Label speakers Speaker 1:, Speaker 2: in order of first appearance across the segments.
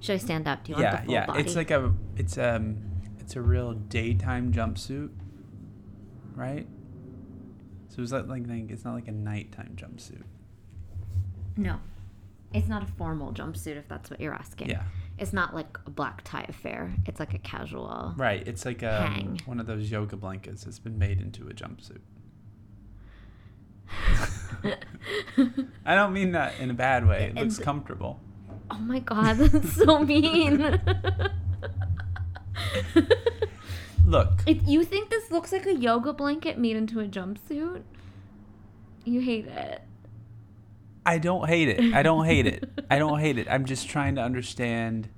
Speaker 1: Should I stand up? Do you want
Speaker 2: yeah,
Speaker 1: the full
Speaker 2: yeah.
Speaker 1: body?
Speaker 2: It's like a it's um it's a real daytime jumpsuit, right? So it's not like like- it's not like a nighttime jumpsuit.
Speaker 1: no, it's not a formal jumpsuit if that's what you're asking.
Speaker 2: Yeah,
Speaker 1: It's not like a black tie affair. It's like a casual.
Speaker 2: right. It's like a
Speaker 1: Hang.
Speaker 2: one of those yoga blankets that's been made into a jumpsuit.
Speaker 1: Oh
Speaker 2: I don't mean that in a bad way. It looks
Speaker 1: It's-
Speaker 2: comfortable.
Speaker 1: oh my god, that's so mean.
Speaker 2: Look,
Speaker 1: If you think this looks like a yoga blanket made into a jumpsuit, you hate it.
Speaker 2: I don't hate it. I don't hate it. I don't hate it. I'm just trying to understand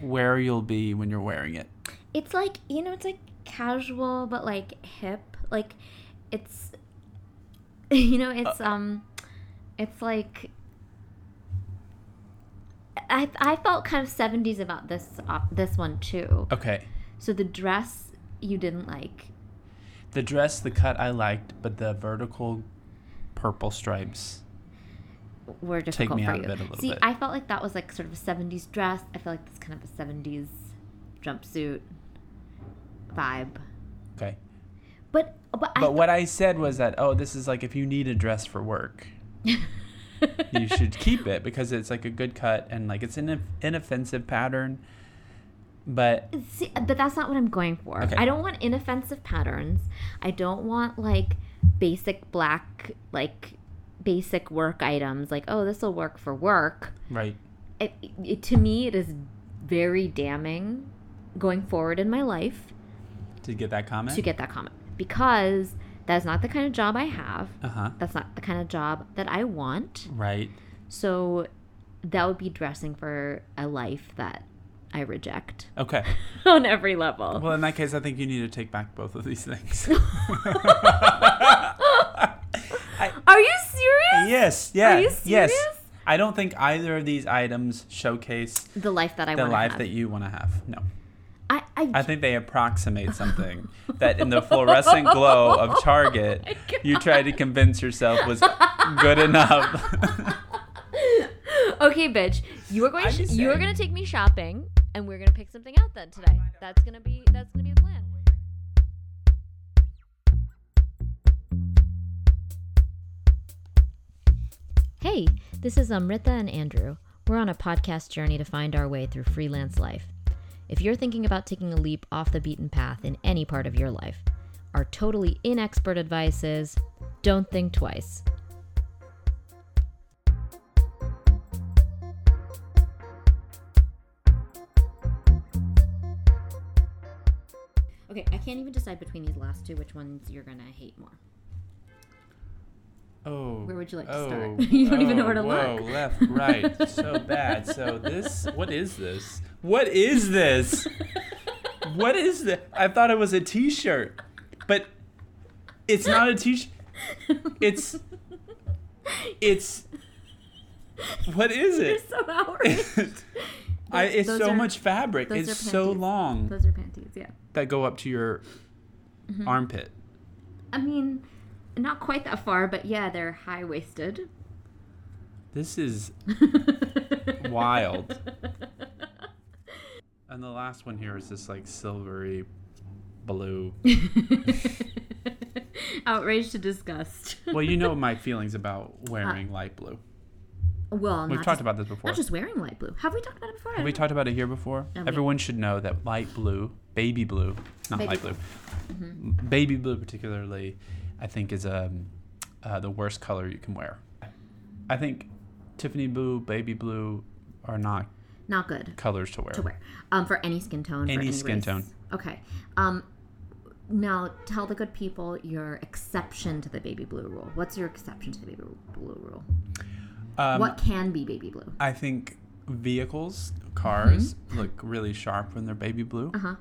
Speaker 2: where you'll be when you're wearing it.
Speaker 1: It's like you know, it's like casual but like hip. Like it's you know, it's
Speaker 2: Uh.
Speaker 1: um it's like I I felt kind of seventies about this op- this one too.
Speaker 2: Okay.
Speaker 1: So the dress you didn't like.
Speaker 2: The dress, the cut I liked, but the vertical purple stripes.
Speaker 1: were
Speaker 2: Take
Speaker 1: difficult
Speaker 2: me
Speaker 1: for
Speaker 2: out
Speaker 1: you.
Speaker 2: of it a little
Speaker 1: See,
Speaker 2: bit.
Speaker 1: I felt like that was like sort of a '70s dress. I feel like that's kind of a '70s jumpsuit vibe.
Speaker 2: Okay.
Speaker 1: But but, I,
Speaker 2: But what I said was that, oh, this is like if you need a dress for work, you should keep it because it's like a good cut and like it's an inoff- inoffensive pattern. But
Speaker 1: See, but that's not what I'm going for.
Speaker 2: Okay.
Speaker 1: I don't want inoffensive patterns. I don't want like basic black like basic work items. Like oh, this will work for work.
Speaker 2: right,
Speaker 1: it, it, to me, it is very damning going forward in my life
Speaker 2: did you get that comment?
Speaker 1: to get that comment because that's not the kind of job I have.
Speaker 2: uh huh.
Speaker 1: That's not the kind of job that I want.
Speaker 2: Right.
Speaker 1: So that would be dressing for a life that I reject
Speaker 2: Okay.
Speaker 1: on every level.
Speaker 2: Well, in that case, I think you need to take back both of these things.
Speaker 1: Are you serious?
Speaker 2: yes. Yeah.
Speaker 1: Are you
Speaker 2: Yes.
Speaker 1: serious?
Speaker 2: I don't think either of these items showcase
Speaker 1: The life that I
Speaker 2: the
Speaker 1: want to
Speaker 2: life
Speaker 1: have.
Speaker 2: that you want to have. No.
Speaker 1: I, I,
Speaker 2: I think they approximate something that in the fluorescent glow
Speaker 1: Oh
Speaker 2: of Target, you tried to convince yourself was good enough.
Speaker 1: okay, bitch, you are going.
Speaker 2: I'm just
Speaker 1: you are
Speaker 2: saying.
Speaker 1: going to take me shopping, and we're going to pick something out then today. That's gonna be. That's gonna be the plan. Hey, this is Amrita and Andrew. We're on a podcast journey to find our way through freelance life. If you're thinking about taking a leap off the beaten path in any part of your life, our totally inexpert advice is don't think twice. Okay, I can't even decide between these last two which ones you're gonna hate more.
Speaker 2: oh.
Speaker 1: Where would you like to start? You don't even know where to
Speaker 2: whoa,
Speaker 1: look.
Speaker 2: left, right. So bad. So this what is this? What is this? What is this? I thought it was a t-shirt. But it's not a t-shirt. It's it's what is
Speaker 1: You're
Speaker 2: it?
Speaker 1: so outraged.
Speaker 2: I, it's
Speaker 1: those
Speaker 2: so
Speaker 1: are-
Speaker 2: much fabric.
Speaker 1: those
Speaker 2: It's
Speaker 1: are
Speaker 2: so
Speaker 1: panties.
Speaker 2: long.
Speaker 1: Those are panties, yeah.
Speaker 2: that go up to your
Speaker 1: Mm-hmm.
Speaker 2: armpit.
Speaker 1: I mean, not quite that far, but yeah, they're high waisted.
Speaker 2: This is wild. And the last one here is this like silvery blue.
Speaker 1: Outraged to disgust.
Speaker 2: Well, you know my feelings about wearing light blue.
Speaker 1: well,
Speaker 2: We've
Speaker 1: Uh, not
Speaker 2: talked
Speaker 1: just,
Speaker 2: about this before.
Speaker 1: not just wearing light blue. Have we talked about it before? I
Speaker 2: Have we
Speaker 1: don't
Speaker 2: talked about it here before?
Speaker 1: we-
Speaker 2: Everyone should know that light blue, baby blue, not
Speaker 1: Baby Mm-hmm.
Speaker 2: light blue, baby blue particularly, I think is um, uh, the worst color you can wear. I think Tiffany blue, baby blue are not
Speaker 1: know. not good.
Speaker 2: colors to wear.
Speaker 1: to wear um, for any skin tone. for
Speaker 2: Any skin
Speaker 1: race.
Speaker 2: tone.
Speaker 1: Okay. Um, now tell the good people your exception to the baby blue rule. What's your exception to the baby blue rule?
Speaker 2: Um,
Speaker 1: what can be baby blue?
Speaker 2: I think vehicles, cars
Speaker 1: Mm-hmm.
Speaker 2: look really sharp when they're baby blue,
Speaker 1: Uh huh.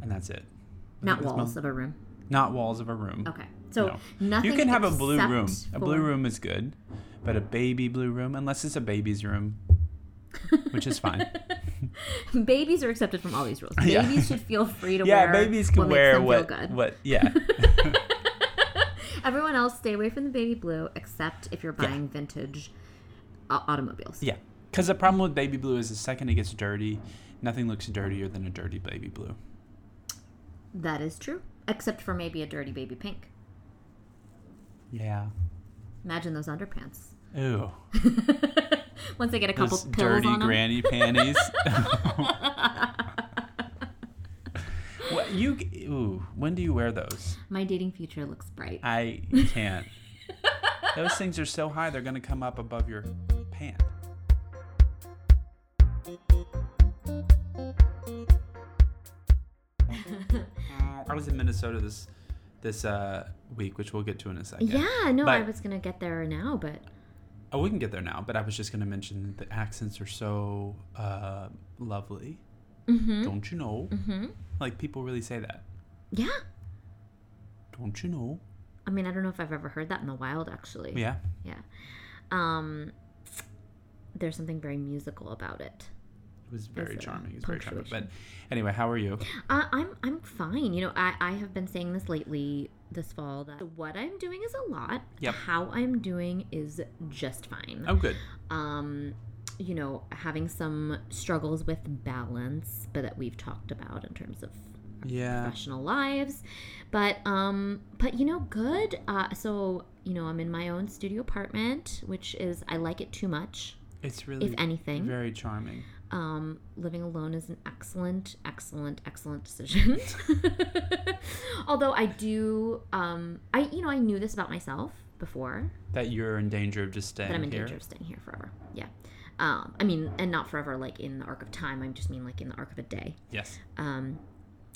Speaker 2: and that's it. I
Speaker 1: Not
Speaker 2: think that's
Speaker 1: walls
Speaker 2: my-
Speaker 1: of a room.
Speaker 2: not walls of a room.
Speaker 1: Okay. So
Speaker 2: No.
Speaker 1: nothing.
Speaker 2: You can have a blue
Speaker 1: except
Speaker 2: room. A blue
Speaker 1: for-
Speaker 2: room is good, but a baby blue room, unless it's a baby's room, which is fine.
Speaker 1: Babies are accepted from all these rules.
Speaker 2: Yeah.
Speaker 1: Babies should feel free to
Speaker 2: yeah,
Speaker 1: wear.
Speaker 2: babies can
Speaker 1: what
Speaker 2: wear
Speaker 1: makes
Speaker 2: what
Speaker 1: them Feel good.
Speaker 2: what. Yeah,
Speaker 1: Everyone else, stay away from the baby blue, except if you're buying vintage uh, automobiles.
Speaker 2: yeah. Because the problem with baby blue is the second it gets dirty, nothing looks dirtier than a dirty baby blue.
Speaker 1: That is true. Except for maybe a dirty baby pink.
Speaker 2: Yeah.
Speaker 1: Imagine those underpants.
Speaker 2: Ew.
Speaker 1: Once they get a couple
Speaker 2: Those
Speaker 1: pills
Speaker 2: dirty
Speaker 1: on 'em.
Speaker 2: granny panties. what you? Ooh. When do you wear those?
Speaker 1: My dating future looks bright.
Speaker 2: I can't. those things are so high they're gonna come up above your pant. I was in Minnesota this this uh, week, which we'll get to in a second.
Speaker 1: yeah, no, I
Speaker 2: But-
Speaker 1: was gonna get there now, but
Speaker 2: Oh, we can get there now, but I was just going to mention that the accents are so uh, lovely.
Speaker 1: Mm-hmm.
Speaker 2: Don't you know?
Speaker 1: hmm
Speaker 2: Like, people really say that.
Speaker 1: yeah.
Speaker 2: Don't you know?
Speaker 1: I mean, I don't know if I've ever heard that in the wild, actually.
Speaker 2: Yeah.
Speaker 1: Yeah. Um, there's something very musical about it.
Speaker 2: It was very
Speaker 1: It's, uh,
Speaker 2: charming. It was very charming. But
Speaker 1: punctuation.
Speaker 2: anyway, how are you?
Speaker 1: Uh, I'm I'm fine. You know, I, I have been saying this lately this fall that what I'm doing is a lot.
Speaker 2: Yep.
Speaker 1: How I'm doing is just fine.
Speaker 2: Oh, good.
Speaker 1: um you know having some struggles with balance but that we've talked about in terms of
Speaker 2: Yeah.
Speaker 1: professional lives but um but you know good uh so you know i'm in my own studio apartment which is i like it too much
Speaker 2: It's really
Speaker 1: if anything
Speaker 2: very charming.
Speaker 1: um living alone is an excellent excellent excellent decision although i do um i you know i knew this about myself before
Speaker 2: That you're in danger of just staying
Speaker 1: that I'm in
Speaker 2: here.
Speaker 1: danger of staying here forever. Yeah. Um, I mean, and not forever, like in the arc of time. I just mean like in the arc of a day.
Speaker 2: Yes.
Speaker 1: Um,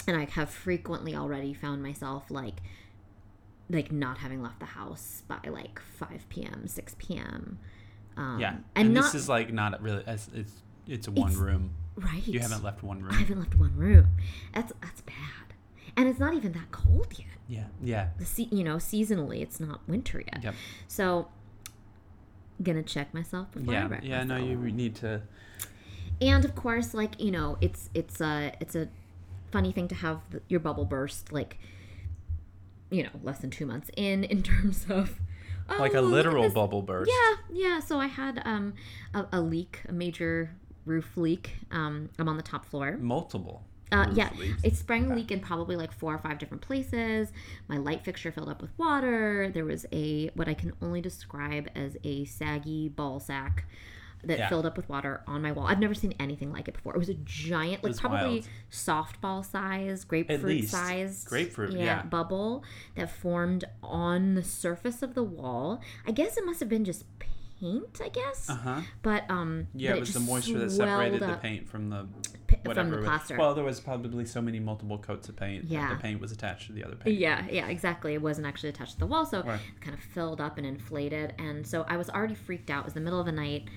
Speaker 1: and I have frequently already found myself like, like not having left the house by like 5 p.m., 6 p.m. Um,
Speaker 2: yeah.
Speaker 1: and,
Speaker 2: And,
Speaker 1: not
Speaker 2: this is like not really. It's it's, it's a one
Speaker 1: It's-
Speaker 2: room.
Speaker 1: right.
Speaker 2: You haven't left one
Speaker 1: I
Speaker 2: room.
Speaker 1: haven't left one room. That's that's bad. And it's not even that cold yet.
Speaker 2: Yeah. Yeah.
Speaker 1: The se- you know, seasonally, it's not winter yet.
Speaker 2: Yep.
Speaker 1: So, gonna check myself before I
Speaker 2: Yeah.
Speaker 1: wreck
Speaker 2: Yeah. No,
Speaker 1: myself.
Speaker 2: you need to.
Speaker 1: and of course like you know it's it's a it's a funny thing to have th- your bubble burst like you know less than two months in in terms of oh,
Speaker 2: Like a
Speaker 1: look at
Speaker 2: literal
Speaker 1: this-
Speaker 2: bubble burst.
Speaker 1: yeah yeah so i had um a, a leak a major roof leak um i'm on the top floor
Speaker 2: Multiple.
Speaker 1: uh,
Speaker 2: roof
Speaker 1: yeah,
Speaker 2: leaks.
Speaker 1: it sprang a leak in probably like four or five different places. My light fixture filled up with water. There was a what I can only describe as a saggy ball sack that
Speaker 2: Yeah.
Speaker 1: filled up with water on my wall. I've never seen anything like it before. It was a giant, like
Speaker 2: was
Speaker 1: probably
Speaker 2: wild.
Speaker 1: softball size, grapefruit
Speaker 2: least.
Speaker 1: size,
Speaker 2: Grapefruit, yeah.
Speaker 1: bubble that formed on the surface of the wall. I guess it must have been just paint. I guess,
Speaker 2: Uh huh.
Speaker 1: but um,
Speaker 2: Yeah,
Speaker 1: but
Speaker 2: it was
Speaker 1: just
Speaker 2: the moisture that
Speaker 1: swelled
Speaker 2: separated the
Speaker 1: up
Speaker 2: paint from the
Speaker 1: p-
Speaker 2: whatever.
Speaker 1: from the
Speaker 2: it was.
Speaker 1: plaster.
Speaker 2: Well, there was probably so many multiple coats of paint. that
Speaker 1: Yeah.
Speaker 2: the paint was attached to the other paint.
Speaker 1: Yeah, yeah, exactly. It wasn't actually attached to the wall, so
Speaker 2: Right.
Speaker 1: it kind of filled up and inflated. And so I was already freaked out. It was the middle of the night.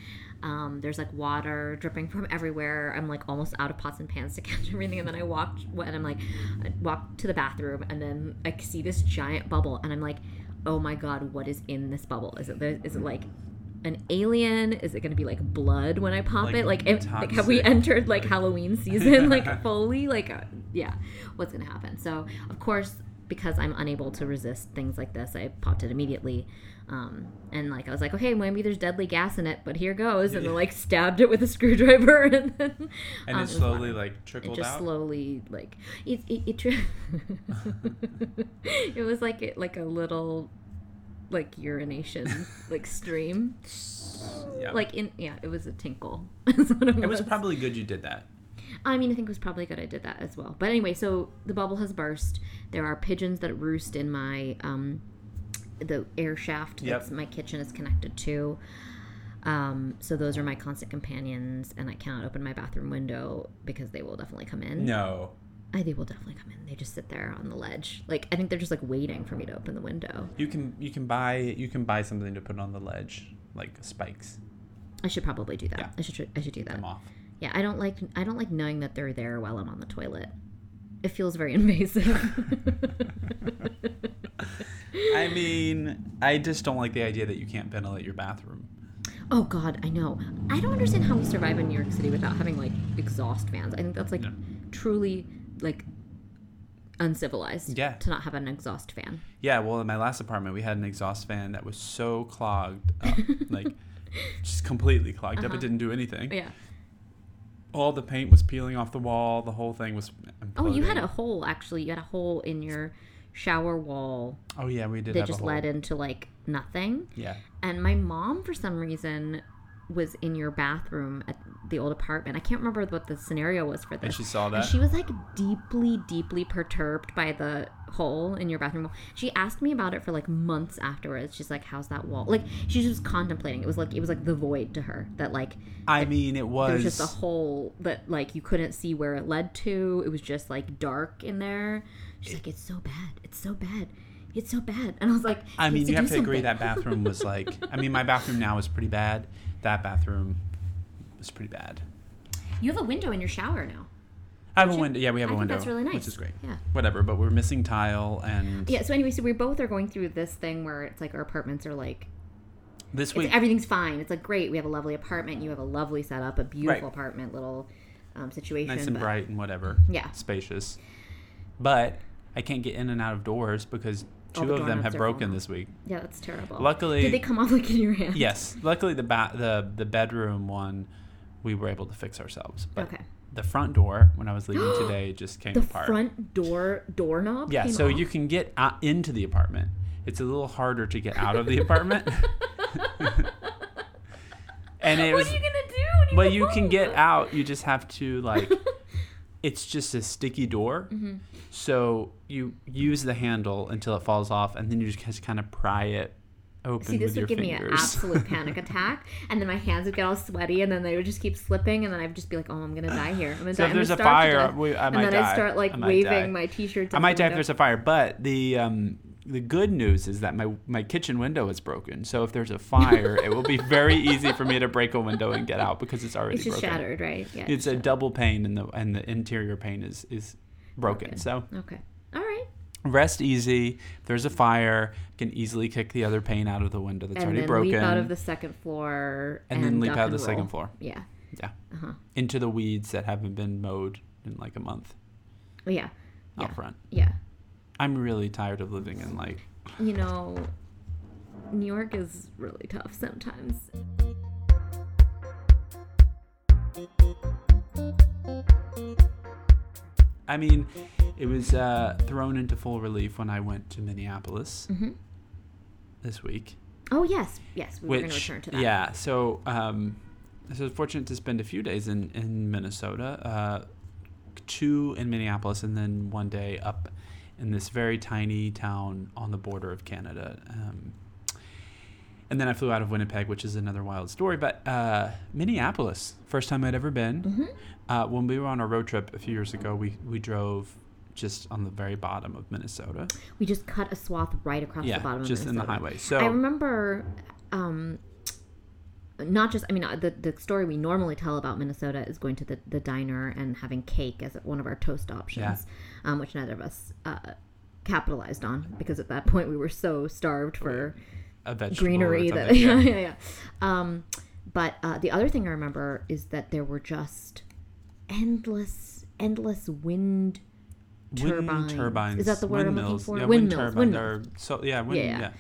Speaker 1: Um, there's like water dripping from everywhere. I'm like almost out of pots and pans to catch everything. And then I walked and I'm like, I walked to the bathroom and then I see this giant bubble and I'm like, oh my god, what is in this bubble? Is it the, is it like an alien? Is it going to be like blood when I pop
Speaker 2: Like
Speaker 1: it? Like, if, like have we
Speaker 2: toxic,
Speaker 1: entered like
Speaker 2: like-
Speaker 1: Halloween season? like fully? Like uh, yeah, what's going to happen? So of course, because I'm unable to resist things like this, I popped it immediately. Um, and like I was like, okay, maybe there's deadly gas in it, but here goes, and then like stabbed it with a screwdriver, and then
Speaker 2: And
Speaker 1: um,
Speaker 2: it
Speaker 1: was
Speaker 2: slowly
Speaker 1: water.
Speaker 2: like
Speaker 1: It
Speaker 2: trickled
Speaker 1: just
Speaker 2: out.
Speaker 1: slowly like it it, it, tri- it was like it like a little like urination like stream
Speaker 2: yeah.
Speaker 1: like in yeah it was a tinkle That's what it,
Speaker 2: it
Speaker 1: was,
Speaker 2: was probably good you did that.
Speaker 1: i mean i think it was probably good i did that as well but anyway so the bubble has burst there are pigeons that roost in my um the air shaft
Speaker 2: Yep.
Speaker 1: that's my kitchen is connected to um so those are my constant companions and i cannot open my bathroom window because they will definitely come in
Speaker 2: No.
Speaker 1: I, they will definitely come in they just sit there on the ledge like i think they're just like waiting for me to open the window
Speaker 2: You can you can buy you can buy something to put on the ledge like spikes
Speaker 1: i should probably do that
Speaker 2: Yeah.
Speaker 1: i should i should do that
Speaker 2: them off.
Speaker 1: Yeah, I don't like I don't like knowing that they're there while I'm on the toilet. It feels very invasive.
Speaker 2: I mean, I just don't like the idea that you can't ventilate your bathroom.
Speaker 1: oh god, I know. I don't understand how we survive in New York City without having like exhaust fans. I think that's like
Speaker 2: No.
Speaker 1: truly like uncivilized
Speaker 2: Yeah.
Speaker 1: to not have an exhaust fan.
Speaker 2: Yeah, well, in my last apartment, we had an exhaust fan that was so clogged up. like just completely clogged up.
Speaker 1: Uh-huh.
Speaker 2: It didn't do anything.
Speaker 1: Yeah.
Speaker 2: All the paint was peeling off the wall. The whole thing was.
Speaker 1: Oh, you had
Speaker 2: imploding.
Speaker 1: a hole actually. You had a hole in your shower wall
Speaker 2: Oh yeah, we did.
Speaker 1: that
Speaker 2: have
Speaker 1: just
Speaker 2: a hole.
Speaker 1: led into like nothing.
Speaker 2: Yeah.
Speaker 1: And my mom, for some reason, was in your bathroom at the old apartment. I can't remember what the scenario was for this.
Speaker 2: she saw
Speaker 1: And
Speaker 2: that?
Speaker 1: she was like deeply, deeply perturbed by the hole in your bathroom wall. She asked me about it for like months afterwards. She's like, "How's that wall?" Like she was just contemplating. It was like it was like the void to her that like
Speaker 2: I mean, it
Speaker 1: there
Speaker 2: was.
Speaker 1: was just a hole that like you couldn't see where it led to. It was just like dark in there. She's like, "It's so bad. It's so bad. It's so bad." And I was like,
Speaker 2: I
Speaker 1: "He
Speaker 2: mean,
Speaker 1: needs
Speaker 2: you have
Speaker 1: do
Speaker 2: to agree
Speaker 1: something."
Speaker 2: that bathroom was like. I mean, my bathroom now is pretty bad. That bathroom was pretty bad.
Speaker 1: You have a window in your shower now.
Speaker 2: I have a
Speaker 1: you?
Speaker 2: window. Yeah, we have
Speaker 1: I
Speaker 2: a
Speaker 1: think
Speaker 2: window.
Speaker 1: that's really nice.
Speaker 2: Which is great.
Speaker 1: Yeah.
Speaker 2: Whatever, but we're missing tile, and
Speaker 1: Yeah. So anyway, so we both are going through this thing where it's like our apartments are like
Speaker 2: this
Speaker 1: it's,
Speaker 2: week
Speaker 1: everything's fine. It's like great. We have a lovely apartment. You have a lovely setup, a beautiful
Speaker 2: Right.
Speaker 1: apartment, little um, situation.
Speaker 2: nice and
Speaker 1: but-
Speaker 2: bright and whatever.
Speaker 1: Yeah.
Speaker 2: Spacious, but I can't get in and out of doors because
Speaker 1: All
Speaker 2: two
Speaker 1: the
Speaker 2: of them
Speaker 1: doorknobs
Speaker 2: have
Speaker 1: are falling
Speaker 2: broken
Speaker 1: off.
Speaker 2: this week.
Speaker 1: Yeah, that's terrible.
Speaker 2: Luckily-
Speaker 1: did they come off like in your hand?
Speaker 2: Yes. Luckily, the ba- the the bedroom one, we were able to fix ourselves. But
Speaker 1: Okay.
Speaker 2: the front door, when I was leaving today, just came
Speaker 1: The
Speaker 2: apart.
Speaker 1: front door doorknob.
Speaker 2: yeah.
Speaker 1: came
Speaker 2: So
Speaker 1: off?
Speaker 2: you can get out into the apartment. It's a little harder to get out of the apartment. and it
Speaker 1: What
Speaker 2: was,
Speaker 1: are you gonna do? when
Speaker 2: but
Speaker 1: go
Speaker 2: you can
Speaker 1: home?
Speaker 2: get out. You just have to like. It's just a sticky door,
Speaker 1: Mm-hmm.
Speaker 2: so you use the handle until it falls off, and then you just kind of pry it open
Speaker 1: See, this
Speaker 2: with your
Speaker 1: would give
Speaker 2: fingers.
Speaker 1: me an absolute panic attack, and then my hands would get all sweaty, and then they would just keep slipping, and then I'd just be like, "Oh, I'm gonna die here." I'm gonna
Speaker 2: So
Speaker 1: die. I'm
Speaker 2: if
Speaker 1: gonna
Speaker 2: there's a
Speaker 1: starve to
Speaker 2: fire,
Speaker 1: death."
Speaker 2: we, I
Speaker 1: and
Speaker 2: might
Speaker 1: then
Speaker 2: die.
Speaker 1: I'd start like
Speaker 2: I might
Speaker 1: waving
Speaker 2: die.
Speaker 1: my t-shirt.
Speaker 2: I might die if there's a fire, but the um, the good news is that my my kitchen window is broken. So if there's a fire, it will be very easy for me to break a window and get out because it's already
Speaker 1: It's just
Speaker 2: broken.
Speaker 1: shattered, right? Yeah.
Speaker 2: It's a double pane, and the and the interior pane is is broken.
Speaker 1: Broken.
Speaker 2: So
Speaker 1: okay. All right.
Speaker 2: rest easy. If there's a fire, can easily kick the other pane out of the window that's
Speaker 1: and
Speaker 2: already
Speaker 1: then
Speaker 2: broken,
Speaker 1: leap out of the second floor
Speaker 2: and then leap
Speaker 1: up
Speaker 2: out of
Speaker 1: and
Speaker 2: the second
Speaker 1: roll.
Speaker 2: floor.
Speaker 1: Yeah.
Speaker 2: Yeah,
Speaker 1: Uh-huh.
Speaker 2: into the weeds that haven't been mowed in like a month
Speaker 1: Yeah.
Speaker 2: out
Speaker 1: Yeah.
Speaker 2: front.
Speaker 1: Yeah.
Speaker 2: I'm really tired of living in like
Speaker 1: You know, New York is really tough sometimes.
Speaker 2: I mean, it was uh, thrown into full relief when I went to Minneapolis
Speaker 1: Mhm.
Speaker 2: this week.
Speaker 1: Oh yes, yes, we were going to
Speaker 2: which,
Speaker 1: return to that.
Speaker 2: yeah, so um, so I was fortunate to spend a few days in in Minnesota, uh, two in Minneapolis, and then one day up in this very tiny town on the border of Canada. Um, and then I flew out of Winnipeg, which is another wild story. But uh, Minneapolis, first time I'd ever been.
Speaker 1: Mm-hmm.
Speaker 2: Uh, when we were on a road trip a few years ago, we, we drove just on the very bottom of Minnesota.
Speaker 1: We just cut a swath right across
Speaker 2: yeah,
Speaker 1: the bottom
Speaker 2: just
Speaker 1: of
Speaker 2: in the
Speaker 1: Minnesota.
Speaker 2: highway. So
Speaker 1: I remember, um, not just. I mean, uh, the the story we normally tell about Minnesota is going to the, the diner and having cake as one of our toast options, um, which neither of us uh, capitalized on because at that point we were so starved for
Speaker 2: a vegetable or
Speaker 1: greenery
Speaker 2: something,
Speaker 1: that yeah
Speaker 2: yeah.
Speaker 1: yeah yeah. Um, but uh, the other thing I remember is that there were just endless endless wind.
Speaker 2: Wind turbines.
Speaker 1: Is that the word I'm looking
Speaker 2: windmills.
Speaker 1: for?
Speaker 2: Yeah,
Speaker 1: Windmills,
Speaker 2: Wind turbines
Speaker 1: windmills.
Speaker 2: are so yeah, wind,
Speaker 1: Yeah,
Speaker 2: yeah,
Speaker 1: yeah.
Speaker 2: yeah.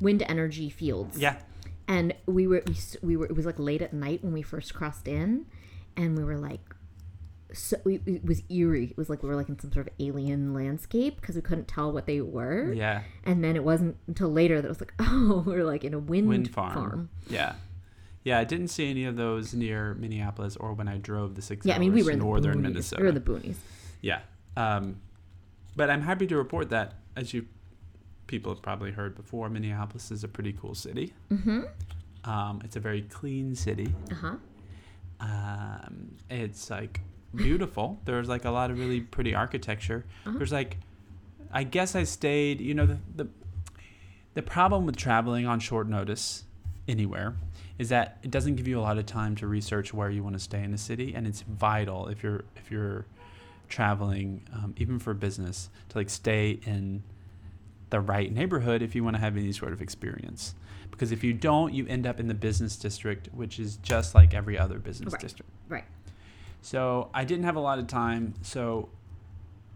Speaker 1: Wind energy fields. and we were we, s- we were it was like late at night when we first crossed in and we were like so we, it was eerie it was like we were like in some sort of alien landscape because we couldn't tell what they were
Speaker 2: Yeah.
Speaker 1: and then it wasn't until later that it was like oh we were like in a wind,
Speaker 2: Wind
Speaker 1: farm,
Speaker 2: farm. Yeah. Yeah, I didn't see any of those near Minneapolis or when I drove the six
Speaker 1: yeah i mean we
Speaker 2: hours
Speaker 1: were in
Speaker 2: northern
Speaker 1: the boonies.
Speaker 2: Minnesota.
Speaker 1: we were in the boonies
Speaker 2: Yeah. Um, but I'm happy to report that, as you people have probably heard before, Minneapolis is a pretty cool city.
Speaker 1: mm-hmm
Speaker 2: Um, it's a very clean city.
Speaker 1: uh-huh
Speaker 2: Um, it's like beautiful. There's like a lot of really pretty architecture.
Speaker 1: Uh-huh.
Speaker 2: There's like, I guess I stayed. You know the, the the problem with traveling on short notice anywhere is that it doesn't give you a lot of time to research where you want to stay in the city, and it's vital if you're if you're traveling um, even for business to like stay in the right neighborhood if you want to have any sort of experience because if you don't you end up in the business district which is just like every other business
Speaker 1: Right.
Speaker 2: district
Speaker 1: right
Speaker 2: so i didn't have a lot of time so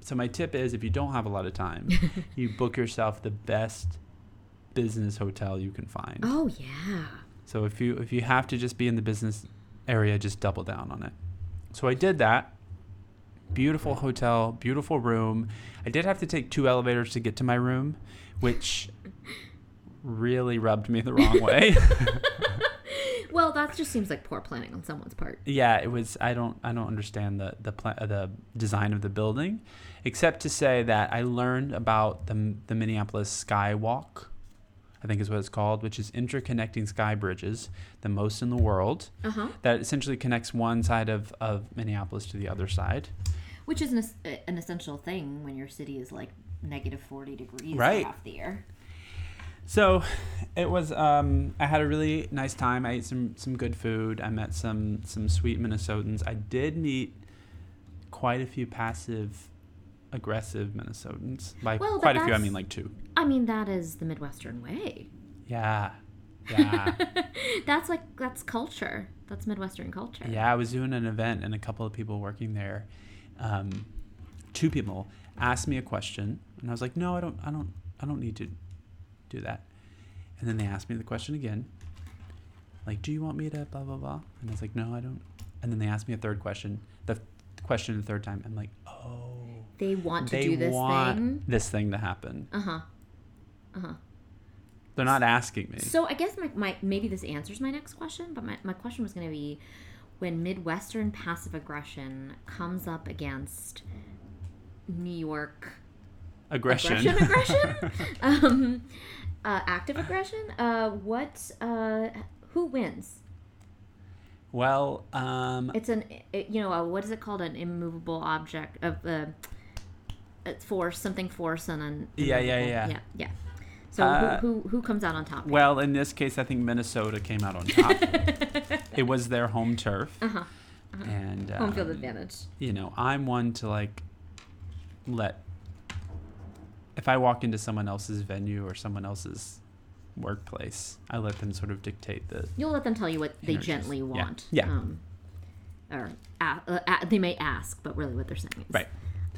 Speaker 2: so my tip is if you don't have a lot of time you book yourself the best business hotel you can find
Speaker 1: oh yeah
Speaker 2: So if you if you have to just be in the business area, just double down on it. So I did that. Beautiful hotel, beautiful room. I did have to take two elevators to get to my room, which really rubbed me the wrong way.
Speaker 1: Well, that just seems like poor planning on someone's part.
Speaker 2: yeah, it was. I don't. I don't understand the the pla- uh, the design of the building, except to say that I learned about the the Minneapolis Skywalk, I think is what it's called, which is interconnecting sky bridges, the most in the world,
Speaker 1: Uh huh.
Speaker 2: that essentially connects one side of of Minneapolis to the other side.
Speaker 1: Which is an, es- uh, an essential thing when your city is like negative 40 degrees
Speaker 2: Right.
Speaker 1: half the year.
Speaker 2: So, it was. Um, I had a really nice time. I ate some some good food. I met some some sweet Minnesotans. I did meet quite a few passive aggressive Minnesotans. Like
Speaker 1: Well, but
Speaker 2: quite a few. I
Speaker 1: that's-
Speaker 2: mean, like two.
Speaker 1: I mean, that is the Midwestern way.
Speaker 2: Yeah, yeah,
Speaker 1: That's like, that's culture. That's Midwestern culture.
Speaker 2: yeah. I was doing an event, and a couple of people working there, um, two people asked me a question, and I was like, no, I don't, I don't, I don't need to do that. And then they asked me the question again, like, do you want me to blah blah blah? And I was like, no, I don't. And then they asked me a third question, the f- question the third time. I'm like, oh,
Speaker 1: They want to
Speaker 2: they
Speaker 1: do this
Speaker 2: want
Speaker 1: thing.
Speaker 2: this thing to happen.
Speaker 1: Uh huh. Uh huh.
Speaker 2: They're not asking me.
Speaker 1: So I guess my, my maybe this answers my next question, but my, my question was going to be when Midwestern passive aggression comes up against New York
Speaker 2: Aggression.
Speaker 1: aggression, aggression, um, uh, active aggression, uh, what, uh, who wins?
Speaker 2: well, um,
Speaker 1: It's an, it, you know, a, what is it called? An immovable object of uh, it's force, something force, and an
Speaker 2: Yeah, yeah,
Speaker 1: immovable-
Speaker 2: yeah.
Speaker 1: yeah, yeah. So
Speaker 2: Uh,
Speaker 1: who, who who comes out on top?
Speaker 2: Well, in this case, I think Minnesota came out on top. it was their home turf,
Speaker 1: Uh huh.
Speaker 2: and
Speaker 1: Home field
Speaker 2: um,
Speaker 1: advantage.
Speaker 2: You know, I'm one to like let if I walk into someone else's venue or someone else's workplace, I let them sort of dictate the
Speaker 1: You'll let them tell you what they
Speaker 2: Energies.
Speaker 1: gently
Speaker 2: Yeah.
Speaker 1: want.
Speaker 2: Yeah.
Speaker 1: Um, or a uh, a they may ask, but really what they're saying is,
Speaker 2: right.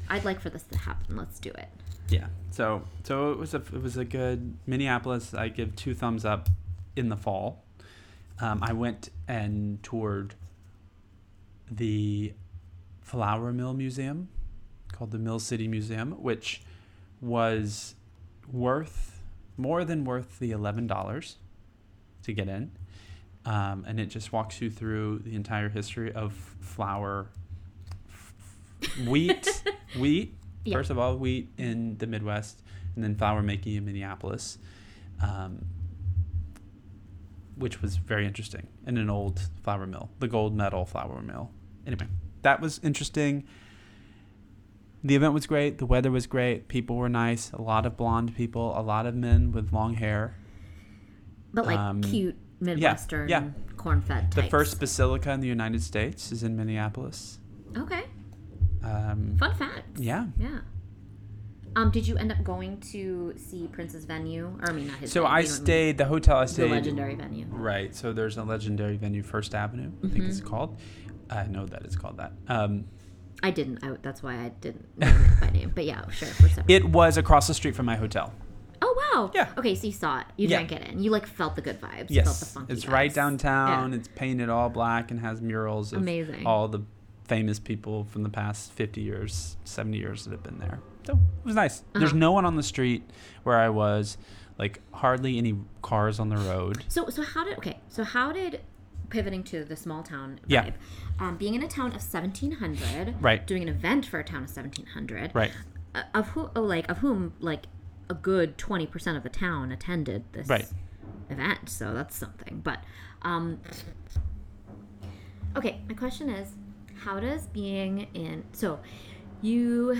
Speaker 1: I'd like for this to happen. Let's do it.
Speaker 2: Yeah. So so it was a it was a good Minneapolis. I give two thumbs up in the fall. Um, I went and toured the Flour Mill Museum called the Mill City Museum, which was worth more than worth the eleven dollars to get in. Um, and it just walks you through the entire history of flour, f- f- wheat, wheat.
Speaker 1: Yeah.
Speaker 2: First of all, wheat in the Midwest, and then flour making in Minneapolis, um, which was very interesting. In an old flour mill, the gold medal flour mill. Anyway, that was interesting. The event was great. The weather was great. People were nice. A lot of blonde people. A lot of men with long hair.
Speaker 1: But like
Speaker 2: Um,
Speaker 1: cute Midwestern
Speaker 2: yeah.
Speaker 1: corn-fed
Speaker 2: The
Speaker 1: types.
Speaker 2: first basilica in the United States is in Minneapolis.
Speaker 1: Okay.
Speaker 2: Um,
Speaker 1: Fun fact.
Speaker 2: yeah.
Speaker 1: Yeah. Um, did you end up going to see Prince's venue? Or I mean, not his.
Speaker 2: So
Speaker 1: venue,
Speaker 2: I
Speaker 1: you know what
Speaker 2: stayed. The hotel I
Speaker 1: mean.
Speaker 2: stayed.
Speaker 1: the legendary venue.
Speaker 2: Right. So there's a legendary venue, First Avenue. I think
Speaker 1: Mm-hmm.
Speaker 2: it's called. I know that it's called that. Um,
Speaker 1: I didn't. I, that's why I didn't know it by name. But yeah, sure. For some
Speaker 2: it was across the street from my hotel.
Speaker 1: Oh wow.
Speaker 2: Yeah.
Speaker 1: Okay, so you saw it. You
Speaker 2: Yeah.
Speaker 1: drank it in. You like felt the good vibes. Felt the
Speaker 2: Yes,
Speaker 1: funky
Speaker 2: it's right
Speaker 1: vibes.
Speaker 2: downtown.
Speaker 1: Yeah.
Speaker 2: It's painted all black and has murals of
Speaker 1: Amazing.
Speaker 2: all the famous people from the past 50 years, 70 years that have been there. So it was nice.
Speaker 1: Uh-huh.
Speaker 2: There's no one on the street where I was, like hardly any cars on the road.
Speaker 1: So so how did okay? So how did pivoting to the small town vibe?
Speaker 2: Yeah.
Speaker 1: Um, being in a town of seventeen hundred.
Speaker 2: Right.
Speaker 1: Doing an event for a town of seventeen hundred.
Speaker 2: Right.
Speaker 1: uh, Of who oh, like of whom like a good twenty percent of the town attended this
Speaker 2: Right.
Speaker 1: event. So that's something. But um. Okay, my question is, how does being in so you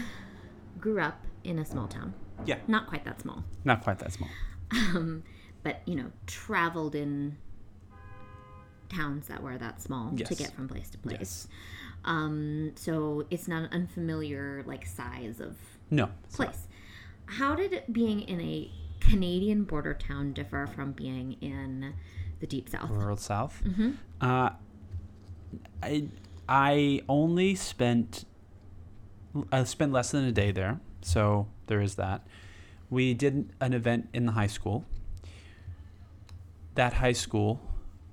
Speaker 1: grew up in a small town?
Speaker 2: Yeah.
Speaker 1: Not quite that small.
Speaker 2: Not quite that small.
Speaker 1: um, but you know traveled in towns that were that small to
Speaker 2: Yes.
Speaker 1: get from place to place
Speaker 2: Yes.
Speaker 1: um, so it's not an unfamiliar like size of
Speaker 2: No.
Speaker 1: place how did being in a canadian border town differ from being in the deep south
Speaker 2: rural south.
Speaker 1: Mm-hmm.
Speaker 2: Uh, I I only spent I spent less than a day there, so there is that. We did an event in the high school. That high school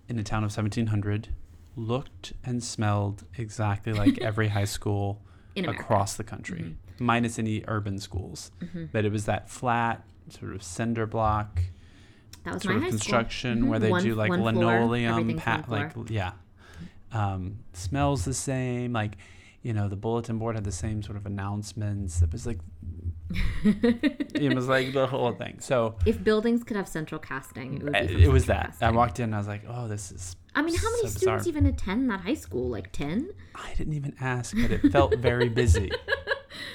Speaker 2: in a town of 1700 looked and smelled exactly like every high school
Speaker 1: In America. Mm-hmm.
Speaker 2: across the country, minus any urban schools. But it was that flat, sort of cinder block
Speaker 1: That was
Speaker 2: sort
Speaker 1: my
Speaker 2: of
Speaker 1: high school.
Speaker 2: construction
Speaker 1: Mhm.
Speaker 2: where they
Speaker 1: One-
Speaker 2: do like
Speaker 1: one floor.
Speaker 2: linoleum,
Speaker 1: Everything's
Speaker 2: pa-
Speaker 1: one
Speaker 2: like
Speaker 1: floor.
Speaker 2: yeah, um, smells the same. Like you know, the bulletin board had the same sort of announcements. It was like it was like the whole thing. So
Speaker 1: If buildings could have central casting, it would
Speaker 2: uh,
Speaker 1: be. from
Speaker 2: it was
Speaker 1: central
Speaker 2: that. I
Speaker 1: casting.
Speaker 2: walked in, and I was like, oh, this is.
Speaker 1: I mean, how many
Speaker 2: so bizarre.
Speaker 1: students even attend that high school? Like ten?
Speaker 2: I didn't even ask, but it felt very busy.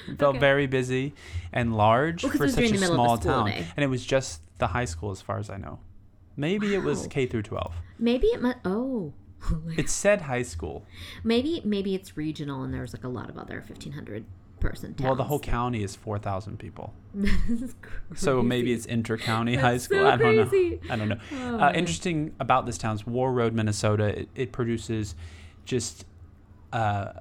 Speaker 2: It felt very busy and large
Speaker 1: 'cause it
Speaker 2: for
Speaker 1: was
Speaker 2: such
Speaker 1: during the
Speaker 2: a
Speaker 1: middle of the
Speaker 2: small
Speaker 1: school
Speaker 2: town.
Speaker 1: day.
Speaker 2: And it was just the high school, as far as I know. Maybe it was
Speaker 1: Wow.
Speaker 2: K through 12.
Speaker 1: Maybe it must. Oh,
Speaker 2: It said high school.
Speaker 1: maybe maybe it's regional, and there's like a lot of other 1,500 person towns.
Speaker 2: Well, the whole county is 4,000 people.
Speaker 1: This is crazy.
Speaker 2: So maybe it's intercounty high
Speaker 1: That's
Speaker 2: school.
Speaker 1: so
Speaker 2: I don't
Speaker 1: crazy.
Speaker 2: know. I don't know.
Speaker 1: Oh,
Speaker 2: uh,
Speaker 1: man.
Speaker 2: interesting about this town's War Road, Minnesota. It, it produces just uh,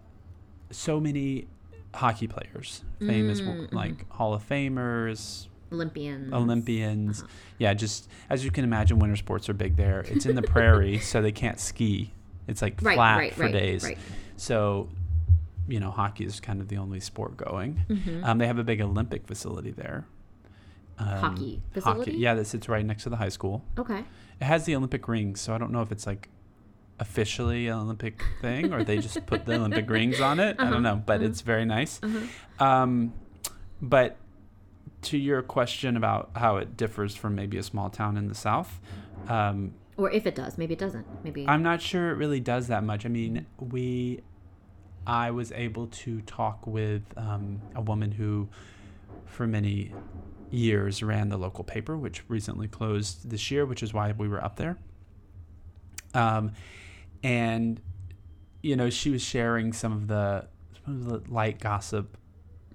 Speaker 2: so many hockey players, famous
Speaker 1: Mm,
Speaker 2: like
Speaker 1: mm-hmm.
Speaker 2: Hall of Famers,
Speaker 1: Olympians.
Speaker 2: Olympians.
Speaker 1: uh-huh.
Speaker 2: Yeah, just as you can imagine, winter sports are big there. It's in the prairie, so they can't ski. It's like
Speaker 1: Right,
Speaker 2: flat
Speaker 1: right,
Speaker 2: for
Speaker 1: right,
Speaker 2: days.
Speaker 1: right.
Speaker 2: So, you know, hockey is kind of the only sport going.
Speaker 1: Mm-hmm.
Speaker 2: Um, they have a big Olympic facility there. Um,
Speaker 1: Hockey facility?
Speaker 2: Yeah, that sits right next to the high school.
Speaker 1: Okay.
Speaker 2: It has the Olympic rings, so I don't know if it's like officially an Olympic thing or they just put the Olympic rings on it. I don't know, but it's very nice.
Speaker 1: uh-huh.
Speaker 2: Um, but to your question about how it differs from maybe a small town in the South, um,
Speaker 1: Or if it does, maybe it doesn't. Maybe.
Speaker 2: I'm not sure it really does that much. I mean, we, I was able to talk with um, a woman who, for many years, ran the local paper, which recently closed this year, which is why we were up there. Um, and, you know, she was sharing some of the, some of the light gossip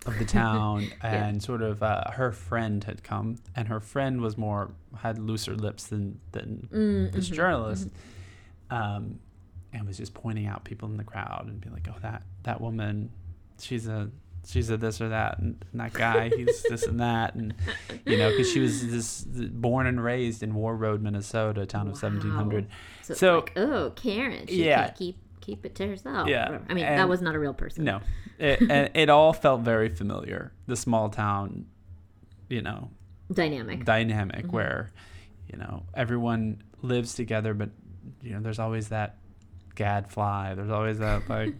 Speaker 2: of the town and sort of uh, her friend had come and her friend was more had looser lips than than
Speaker 1: Mm,
Speaker 2: this
Speaker 1: mhm,
Speaker 2: journalist um, and was just pointing out people in the crowd and being like oh that that woman she's a she's a this or that and, and that guy he's this and that and you know because she was this born and raised in war road minnesota a town of 1700
Speaker 1: Wow. So, it's
Speaker 2: So-
Speaker 1: like, oh, Karen, she
Speaker 2: Yeah.
Speaker 1: can't keep keep it to herself.
Speaker 2: Yeah,
Speaker 1: Whatever. I mean, that
Speaker 2: and-
Speaker 1: was not a real person.
Speaker 2: no it, and it all felt very familiar the small town you know
Speaker 1: Dynamic.
Speaker 2: dynamic
Speaker 1: mm-hmm.
Speaker 2: where you know everyone lives together but you know there's always that gadfly there's always that like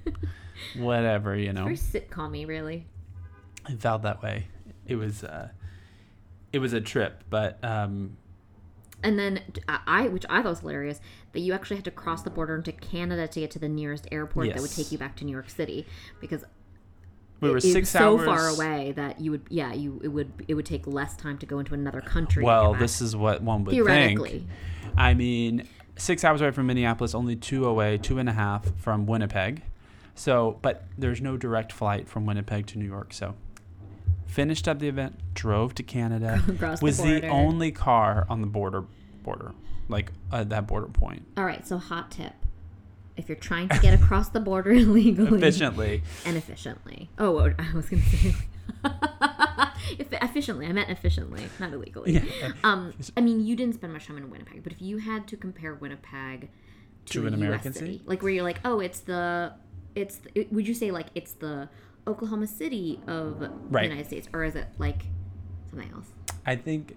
Speaker 2: whatever you know
Speaker 1: Very sitcom-y, really.
Speaker 2: it felt that way it was uh it was a trip but um
Speaker 1: And then I, I- which I thought was hilarious, that you actually had to cross the border into Canada to get to the nearest airport that would
Speaker 2: Yes.
Speaker 1: take you back to New York City, because
Speaker 2: we were
Speaker 1: it was
Speaker 2: six
Speaker 1: so
Speaker 2: hours
Speaker 1: far away that you would, yeah, you it would it would take less time to go into another country. to
Speaker 2: well
Speaker 1: get back.
Speaker 2: this is what one would
Speaker 1: theoretically,
Speaker 2: think i mean six hours away from minneapolis only two away two and a half from winnipeg so but there's no direct flight from winnipeg to new york so finished up the event drove to canada
Speaker 1: across
Speaker 2: was
Speaker 1: the,
Speaker 2: the,
Speaker 1: border.
Speaker 2: only car on the border border like uh, that border point
Speaker 1: All right, so hot tip: if you're trying to get across the border illegally
Speaker 2: efficiently
Speaker 1: and efficiently, oh, what would- I was going to say. Eff- efficiently, I meant efficiently, not illegally.
Speaker 2: Yeah.
Speaker 1: Um, I mean, you didn't spend much time in Winnipeg, but if you had to compare Winnipeg to,
Speaker 2: To
Speaker 1: an
Speaker 2: an American
Speaker 1: city,
Speaker 2: city?
Speaker 1: like where you're like, oh, it's the, it's, the, it- would you say like it's the Oklahoma City of the
Speaker 2: Right.
Speaker 1: United States, or is it like something else?
Speaker 2: i think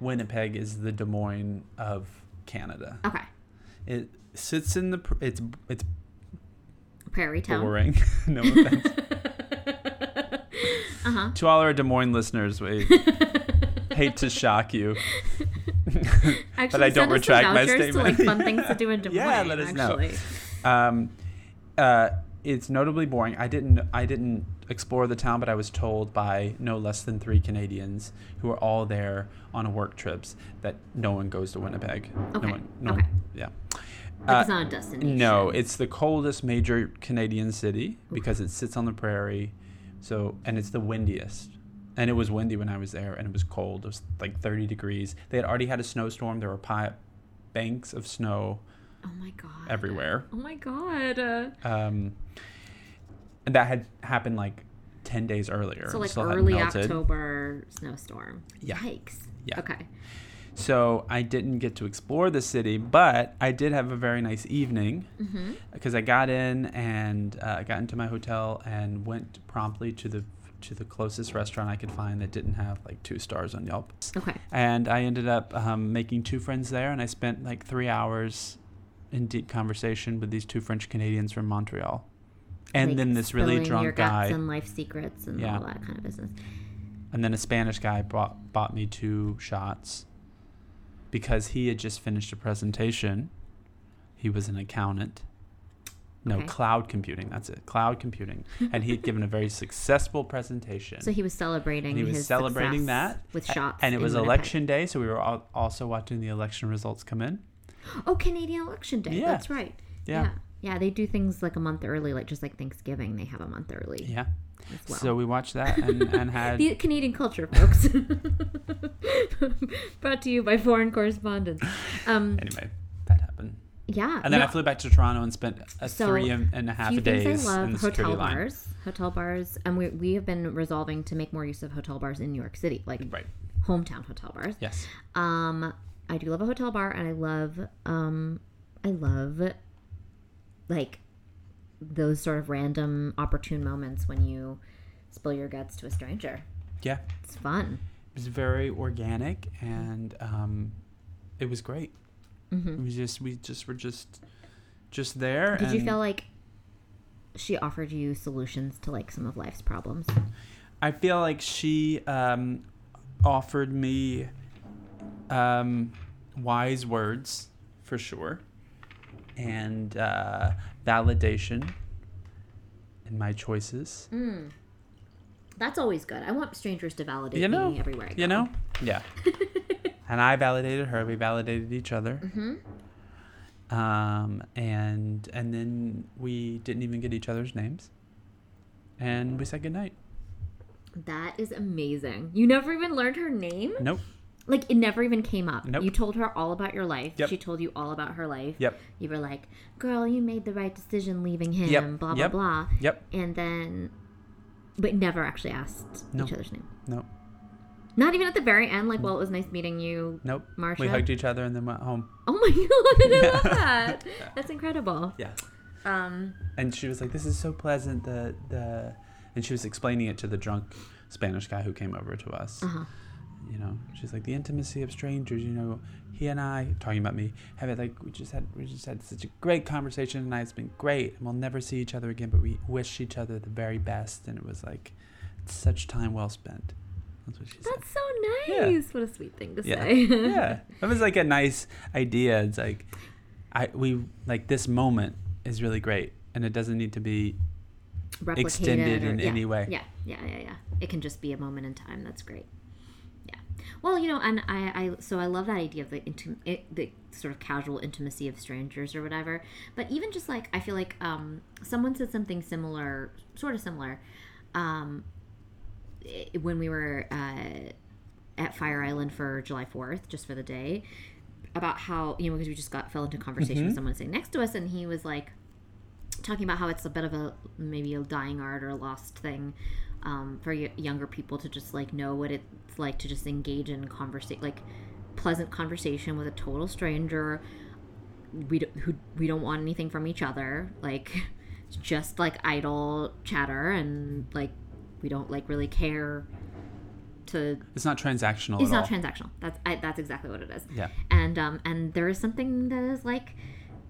Speaker 2: winnipeg is the des moines of canada
Speaker 1: Okay,
Speaker 2: it sits in the pr- it's it's
Speaker 1: prairie town.
Speaker 2: boring no offense
Speaker 1: Uh-huh.
Speaker 2: to all our des moines listeners we hate to shock you
Speaker 1: Actually,
Speaker 2: But I
Speaker 1: send us
Speaker 2: don't
Speaker 1: some
Speaker 2: retract my
Speaker 1: vouchers To, like
Speaker 2: statement.
Speaker 1: fun things to do in Des Moines.
Speaker 2: Yeah, let us know.
Speaker 1: actually.
Speaker 2: um, uh, it's notably boring. I didn't I didn't explore the town, but I was told by no less than three Canadians who are all there on work trips that no one goes to Winnipeg.
Speaker 1: Okay.
Speaker 2: No one. No
Speaker 1: Okay.
Speaker 2: One, yeah. Uh,
Speaker 1: Like, it's not a destination.
Speaker 2: No, it's the coldest major Canadian city because it sits on the prairie, so and it's the windiest. And it was windy when I was there, and it was cold. It was like 30 degrees. They had already had a snowstorm. There were pi- banks of snow
Speaker 1: Oh my god.
Speaker 2: everywhere.
Speaker 1: Oh my god. Uh,
Speaker 2: um, and that had happened like 10 days earlier.
Speaker 1: so
Speaker 2: It
Speaker 1: like
Speaker 2: still hadn't
Speaker 1: early
Speaker 2: melted.
Speaker 1: October snowstorm.
Speaker 2: Yeah.
Speaker 1: Yikes.
Speaker 2: Yeah.
Speaker 1: Okay.
Speaker 2: So I didn't get to explore the city, but I did have a very nice evening
Speaker 1: Mm-hmm.
Speaker 2: because I got in and uh, I got into my hotel and went promptly to the to the closest restaurant I could find that didn't have like two stars on Yelp.
Speaker 1: Okay.
Speaker 2: And I ended up um, making two friends there, and I spent like three hours in deep conversation with these two French Canadians from Montreal, and
Speaker 1: Like,
Speaker 2: then this really
Speaker 1: spilling your
Speaker 2: drunk
Speaker 1: guts
Speaker 2: guy,
Speaker 1: and life secrets and
Speaker 2: Yeah.
Speaker 1: all that kind of business.
Speaker 2: and then a Spanish guy bought bought me two shots because he had just finished a presentation. He was an accountant. No,
Speaker 1: Okay.
Speaker 2: cloud computing. That's it. Cloud computing. And he had given a very successful presentation.
Speaker 1: So he was celebrating.
Speaker 2: And he was
Speaker 1: his
Speaker 2: celebrating
Speaker 1: success
Speaker 2: that,
Speaker 1: with shots,
Speaker 2: and it
Speaker 1: in
Speaker 2: was
Speaker 1: Winnipeg.
Speaker 2: election day, so we were all also watching the election results come in.
Speaker 1: Oh, Canadian Election Day.
Speaker 2: Yeah.
Speaker 1: That's right.
Speaker 2: Yeah.
Speaker 1: yeah. Yeah, they do things like a month early, like just like Thanksgiving, they have a month early
Speaker 2: Yeah.
Speaker 1: as well.
Speaker 2: So we watched that and, and had
Speaker 1: the Canadian culture, folks. Brought to you by foreign correspondents. Um,
Speaker 2: anyway. That happened.
Speaker 1: yeah.
Speaker 2: And then
Speaker 1: no,
Speaker 2: I flew back to Toronto and spent a
Speaker 1: So,
Speaker 2: three and and a half
Speaker 1: few
Speaker 2: days
Speaker 1: things I love
Speaker 2: in the security
Speaker 1: hotel
Speaker 2: line.
Speaker 1: bars. Hotel bars, and we we have been resolving to make more use of hotel bars in New York City, like
Speaker 2: Right.
Speaker 1: hometown hotel bars.
Speaker 2: Yes.
Speaker 1: Um, I do love a hotel bar, and I love, um, I love, like, those sort of random, opportune moments when you spill your guts to a stranger.
Speaker 2: Yeah.
Speaker 1: It's fun.
Speaker 2: It was very organic and um, it was great.
Speaker 1: Mhm.
Speaker 2: It was just we just were just just there.
Speaker 1: Did you
Speaker 2: and
Speaker 1: feel like she offered you solutions to like some of life's problems?
Speaker 2: I feel like she um, offered me um, wise words for sure, and uh, validation in my choices.
Speaker 1: That's always good. I want strangers to validate
Speaker 2: You know,
Speaker 1: me everywhere I go.
Speaker 2: You know, yeah. and I validated her. We validated each other. Um, and and then we didn't even get each other's names, and we said goodnight.
Speaker 1: that is amazing. You never even learned her name.
Speaker 2: Nope.
Speaker 1: Like it never even came up.
Speaker 2: Nope.
Speaker 1: You told her all about your life.
Speaker 2: Yep.
Speaker 1: She told you all about her life.
Speaker 2: Yep.
Speaker 1: You were like, "Girl, you made the right decision leaving him."
Speaker 2: Yep.
Speaker 1: Blah blah
Speaker 2: Yep.
Speaker 1: blah.
Speaker 2: Yep.
Speaker 1: And then, but never actually asked
Speaker 2: No.
Speaker 1: each other's name.
Speaker 2: Nope.
Speaker 1: Not even at the very end. Like, well, it was nice meeting you.
Speaker 2: Nope.
Speaker 1: Marsha?
Speaker 2: We hugged each other and then went home.
Speaker 1: Oh my god, I love
Speaker 2: Yeah.
Speaker 1: that. That's incredible.
Speaker 2: Yeah.
Speaker 1: Um,
Speaker 2: And she was like, "This is so pleasant." The the, and she was explaining it to the drunk Spanish guy who came over to us.
Speaker 1: uh-huh.
Speaker 2: you know she's like the intimacy of strangers you know he and i talking about me have it like we just had we just had such a great conversation tonight it's been great and we'll never see each other again but we wish each other the very best and it was like such time well spent that's what she said
Speaker 1: That's so
Speaker 2: Yeah.
Speaker 1: nice. What a sweet thing to
Speaker 2: yeah
Speaker 1: say.
Speaker 2: yeah it was like a nice idea it's like i we like this moment is really great and it doesn't need to be
Speaker 1: Replicated
Speaker 2: extended in
Speaker 1: yeah,
Speaker 2: any way.
Speaker 1: Yeah, yeah, yeah, yeah. It can just be a moment in time. That's great. Yeah. Well, you know, and I, I so I love that idea of the intim- it, the sort of casual intimacy of strangers or whatever. But even just like I feel like um, someone said something similar, sort of similar, um, i- eh, when we were uh, at Fire Island for July Fourth, just for the day, about how you know because we just got fell into conversation with someone sitting next to us, and he was like talking about how it's a bit of a maybe a dying art or a lost thing um, for y- younger people to just like know what it's like to just engage in conversation like pleasant conversation with a total stranger we don't, who, we don't want anything from each other like it's just like idle chatter and like we don't like really care to
Speaker 2: it's not transactional
Speaker 1: it's
Speaker 2: Oh,
Speaker 1: not
Speaker 2: at all
Speaker 1: transactional that's I, that's exactly what it is
Speaker 2: yeah
Speaker 1: and um and there is something that is like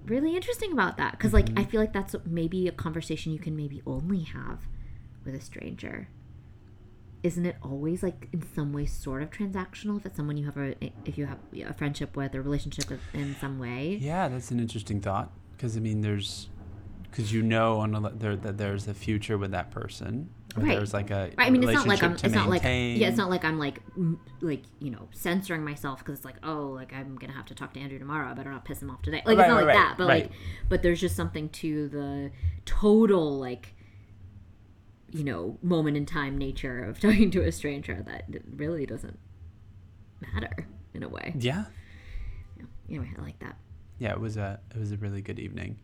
Speaker 1: really interesting about that because like
Speaker 2: Mm-hmm.
Speaker 1: i feel like that's maybe a conversation you can maybe only have with a stranger isn't it always like in some way sort of transactional if it's someone you have a if you have a friendship with or relationship with in some way
Speaker 2: Yeah, that's an interesting thought because I mean, there's because you know on a, le- there that there's a future with that person. Or
Speaker 1: Right.
Speaker 2: There's like a
Speaker 1: Right, I mean, it's not
Speaker 2: relationship
Speaker 1: like I'm.
Speaker 2: to
Speaker 1: It's not like
Speaker 2: maintain.
Speaker 1: yeah. It's not like I'm like m- like you know censoring myself because it's like oh like I'm gonna have to talk to Andrew tomorrow. I better not piss him off today. Like
Speaker 2: Right,
Speaker 1: it's not
Speaker 2: right,
Speaker 1: like
Speaker 2: right,
Speaker 1: that. But
Speaker 2: right.
Speaker 1: like but there's just something to the total like you know moment in time nature of talking to a stranger that really doesn't matter in a way.
Speaker 2: Yeah, Mm.
Speaker 1: Yeah. Anyway, I like that.
Speaker 2: yeah. It was a it was a really good evening.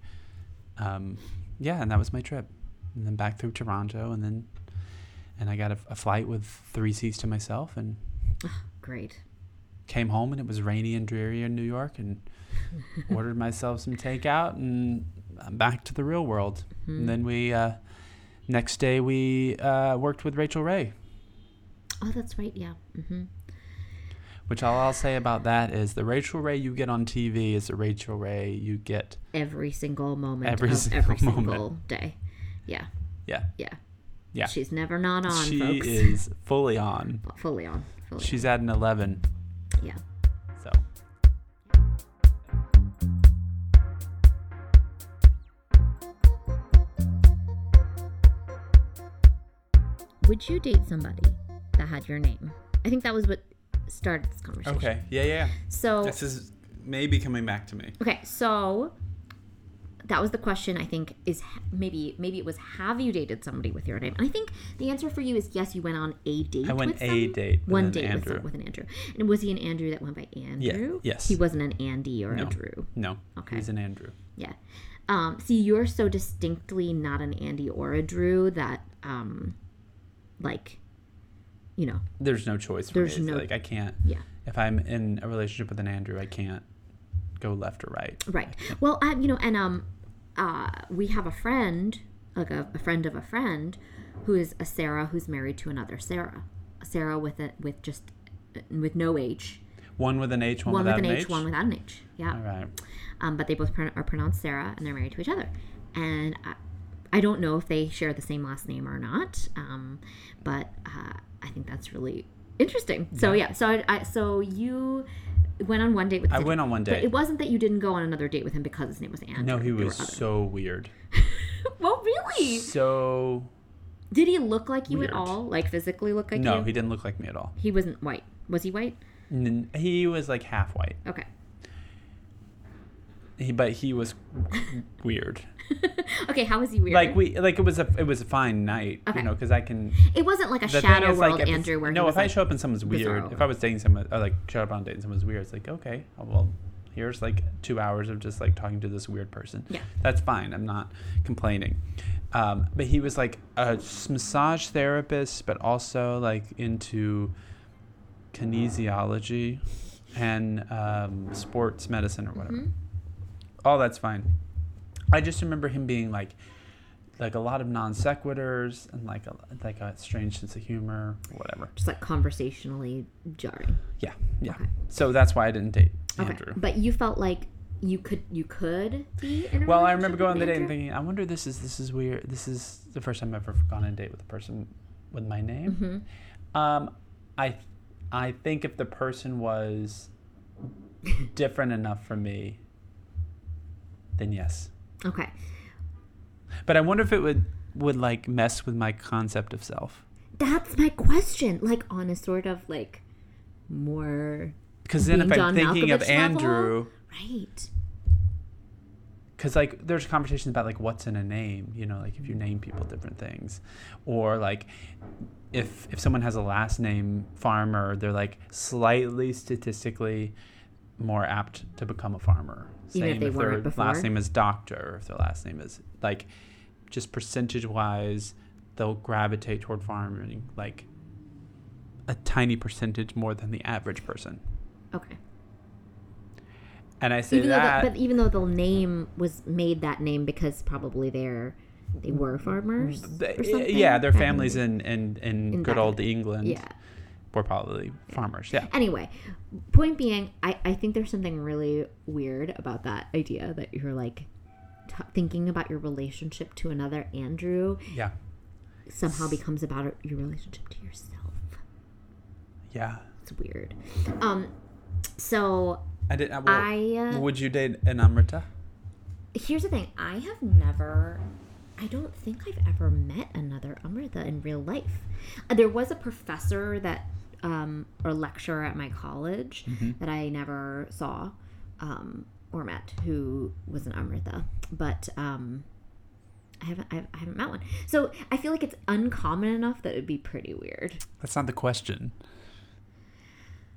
Speaker 2: Um, yeah, and that was my trip, and then back through Toronto, and then and I got a, a flight with three seats to myself, and
Speaker 1: Great.
Speaker 2: came home and it was rainy and dreary in New York and ordered myself some takeout and I'm back to the real world.
Speaker 1: Mm. Mm-hmm.
Speaker 2: And then we, uh, next day, we uh, worked with Rachel Ray.
Speaker 1: Oh, that's right. Yeah. hmm
Speaker 2: Which all I'll say about that is the Rachel Ray you get on TV is the Rachel Ray you get.
Speaker 1: Every single moment
Speaker 2: Every
Speaker 1: of
Speaker 2: single
Speaker 1: every
Speaker 2: moment.
Speaker 1: single day. Yeah.
Speaker 2: Yeah,
Speaker 1: Yeah.
Speaker 2: Yeah.
Speaker 1: She's never not on,
Speaker 2: she
Speaker 1: folks.
Speaker 2: is fully on.
Speaker 1: Fully on. Fully
Speaker 2: She's at an 11.
Speaker 1: on. Yeah.
Speaker 2: So
Speaker 1: Would you date somebody that had your name? I think that was what started this conversation.
Speaker 2: okay, yeah, yeah.
Speaker 1: So
Speaker 2: This is maybe coming back to me.
Speaker 1: Okay, so that was the question. I think is ha- maybe maybe it was have you dated somebody with your name? And I think the answer for you is yes. You went on a date.
Speaker 2: I went
Speaker 1: with
Speaker 2: a
Speaker 1: some-
Speaker 2: date with
Speaker 1: One
Speaker 2: an
Speaker 1: date with,
Speaker 2: Andrew.
Speaker 1: some- with an Andrew. And was he an Andrew that went by Andrew?
Speaker 2: yes.
Speaker 1: He wasn't an Andy or
Speaker 2: No.
Speaker 1: a Drew.
Speaker 2: No,
Speaker 1: Okay.
Speaker 2: he's an Andrew.
Speaker 1: Yeah. Um, see, you're so distinctly not an Andy or a Drew that, um, like, you know,
Speaker 2: There's no choice for
Speaker 1: There's
Speaker 2: me. It's
Speaker 1: no-
Speaker 2: Like I can't.
Speaker 1: yeah.
Speaker 2: If I'm in a relationship with an Andrew, I can't go left or right.
Speaker 1: Right. Well, I, you know, and um, uh, we have a friend, like a, a friend of a friend, who is a Sarah who's married to another Sarah, a Sarah with a with just uh, with no H,
Speaker 2: One with an H, one,
Speaker 1: one with
Speaker 2: without
Speaker 1: an
Speaker 2: an
Speaker 1: H, one without an H. Yeah.
Speaker 2: All right.
Speaker 1: Um, but they both pron- are pronounced Sarah, and they're married to each other. And I, I don't know if they share the same last name or not. Um, but uh, I think that's really interesting. So yeah. So I, I so you went on one date with.
Speaker 2: I
Speaker 1: Cedric,
Speaker 2: went on one
Speaker 1: But
Speaker 2: date.
Speaker 1: it wasn't that you didn't go on another date with him because his name was Andrew.
Speaker 2: No, he
Speaker 1: There were
Speaker 2: was
Speaker 1: other-
Speaker 2: so weird.
Speaker 1: Well, really?
Speaker 2: So
Speaker 1: Did he look like you
Speaker 2: Weird.
Speaker 1: at all? Like physically look like you?
Speaker 2: no, he didn't look like me at all.
Speaker 1: He wasn't white. Was he white?
Speaker 2: N- He was like half white,
Speaker 1: Okay.
Speaker 2: he, but he was weird.
Speaker 1: Okay. How was he weird?
Speaker 2: Like we, like it was a, it was a fine night,
Speaker 1: Okay.
Speaker 2: you know, because I can.
Speaker 1: it wasn't like a
Speaker 2: The
Speaker 1: shadow
Speaker 2: thing is,
Speaker 1: world
Speaker 2: like, if it's-
Speaker 1: Andrew where
Speaker 2: no,
Speaker 1: he was
Speaker 2: if I
Speaker 1: like,
Speaker 2: show up and someone's weird,
Speaker 1: bizarro.
Speaker 2: if I was dating someone, or like showed up on a date and someone's weird, it's like okay, oh, well, here's like two hours of just like talking to this weird person.
Speaker 1: Yeah.
Speaker 2: that's fine. I'm not complaining. Um, but he was like a s- massage therapist, but also like into kinesiology and um, sports medicine or whatever.
Speaker 1: "Hmm?"
Speaker 2: All that's fine. I just remember him being like, like a lot of non sequiturs and like a like a strange sense of humor, or whatever.
Speaker 1: just like conversationally jarring.
Speaker 2: Yeah, yeah.
Speaker 1: Okay.
Speaker 2: So that's why I didn't date
Speaker 1: Okay.
Speaker 2: Andrew.
Speaker 1: But you felt like you could you could be in a
Speaker 2: Well, I
Speaker 1: relationship
Speaker 2: remember going on
Speaker 1: with
Speaker 2: the date and
Speaker 1: Andrew?
Speaker 2: thinking, I wonder this is this is weird. This is the first time I've ever gone on a date with a person with my name.
Speaker 1: Mm-hmm.
Speaker 2: Um, I I think if the person was different enough for me, then yes.
Speaker 1: Okay.
Speaker 2: But I wonder if it would would like mess with my concept of self.
Speaker 1: That's my question. Like on a sort of like more
Speaker 2: Because then, if
Speaker 1: Being
Speaker 2: I'm
Speaker 1: John
Speaker 2: thinking of
Speaker 1: Malkovich level?
Speaker 2: Andrew,
Speaker 1: right.
Speaker 2: because like there's conversations about like what's in a name you know like if you name people different things or like if if someone has a last name farmer they're like slightly statistically more apt to become a farmer
Speaker 1: Even if
Speaker 2: Same
Speaker 1: they
Speaker 2: their
Speaker 1: weren't before?
Speaker 2: last name is doctor or if their last name is like just percentage wise they'll gravitate toward farming like a tiny percentage more than the average person
Speaker 1: Okay.
Speaker 2: and i say
Speaker 1: Even though
Speaker 2: that
Speaker 1: the, but even though the name was made that name because probably they're they were farmers.
Speaker 2: They-
Speaker 1: or something.
Speaker 2: yeah, their
Speaker 1: Back in
Speaker 2: families
Speaker 1: the-
Speaker 2: in in, in,
Speaker 1: In
Speaker 2: good
Speaker 1: back-
Speaker 2: old England
Speaker 1: Yeah.
Speaker 2: were probably farmers. Yeah,
Speaker 1: Anyway, point being, I, I think there's something really weird about that idea that you're like t- thinking about your relationship to another Andrew
Speaker 2: yeah,
Speaker 1: somehow becomes about your relationship to yourself.
Speaker 2: yeah.
Speaker 1: It's weird. Um, so
Speaker 2: I did. I, well,
Speaker 1: I uh,
Speaker 2: would you date an Amrita?
Speaker 1: here's the thing i have never i don't think i've ever met another amrita in real life Uh, there was a professor that um, or lecturer at my college
Speaker 2: Mm-hmm.
Speaker 1: that i never saw um, or met who was an amrita but um, I haven't, I I haven't met one. So I feel like it's uncommon enough that it would be pretty weird.
Speaker 2: That's not the question.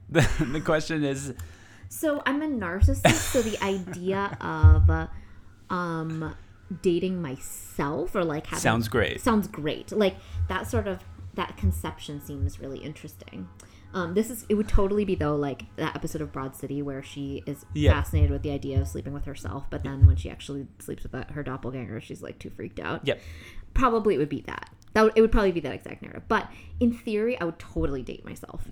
Speaker 2: The, the question is,
Speaker 1: So I'm a narcissist, so the idea of um dating myself or like having
Speaker 2: Sounds great.
Speaker 1: Sounds great. Like that sort of that conception seems really interesting. Um, this is it would totally be though like that episode of Broad City where she is
Speaker 2: Yeah.
Speaker 1: fascinated with the idea of sleeping with herself, but then when she actually sleeps with that, her doppelganger, she's like too freaked out.
Speaker 2: Yep.
Speaker 1: Probably it would be that. That would, it would probably be that exact narrative. But in theory, I would totally date myself.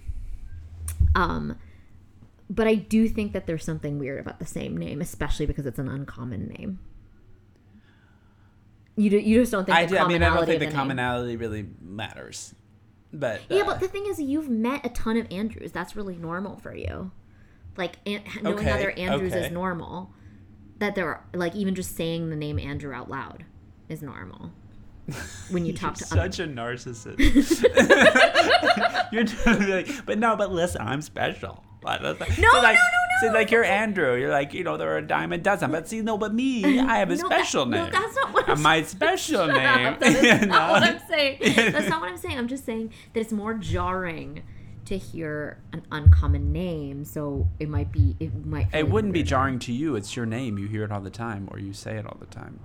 Speaker 1: Um, but I do think that there's something weird about the same name, especially because it's an uncommon name. You, do, you just don't think
Speaker 2: I,
Speaker 1: the
Speaker 2: do- I mean, I don't
Speaker 1: commonality
Speaker 2: think
Speaker 1: of
Speaker 2: the,
Speaker 1: name-
Speaker 2: commonality really matters. But
Speaker 1: yeah,
Speaker 2: uh,
Speaker 1: but the thing is, you've met a ton of Andrews. That's really normal for you. Like an- knowing
Speaker 2: Okay,
Speaker 1: other Andrews is
Speaker 2: okay.
Speaker 1: normal. That there are like even just saying the name Andrew out loud is normal. When you talk to
Speaker 2: You're
Speaker 1: other,
Speaker 2: such a narcissist. You're totally like, but no, but listen, I'm special. But that's like-
Speaker 1: No,
Speaker 2: so like,
Speaker 1: no, no, no,
Speaker 2: So like you're Andrew. You're like, you know, there are a dime a dozen. But see, no, but me, I have a
Speaker 1: No, that-
Speaker 2: special
Speaker 1: no,
Speaker 2: name.
Speaker 1: that's not what I'm
Speaker 2: And My special name.
Speaker 1: Shut up, that is
Speaker 2: you
Speaker 1: not what
Speaker 2: know?
Speaker 1: I'm saying. That's not what I'm saying. I'm just saying that it's more jarring to hear an uncommon name. So it might be. It might. feel
Speaker 2: It wouldn't be
Speaker 1: weird.
Speaker 2: jarring to you. It's your name. You hear it all the time, or you say it all the time.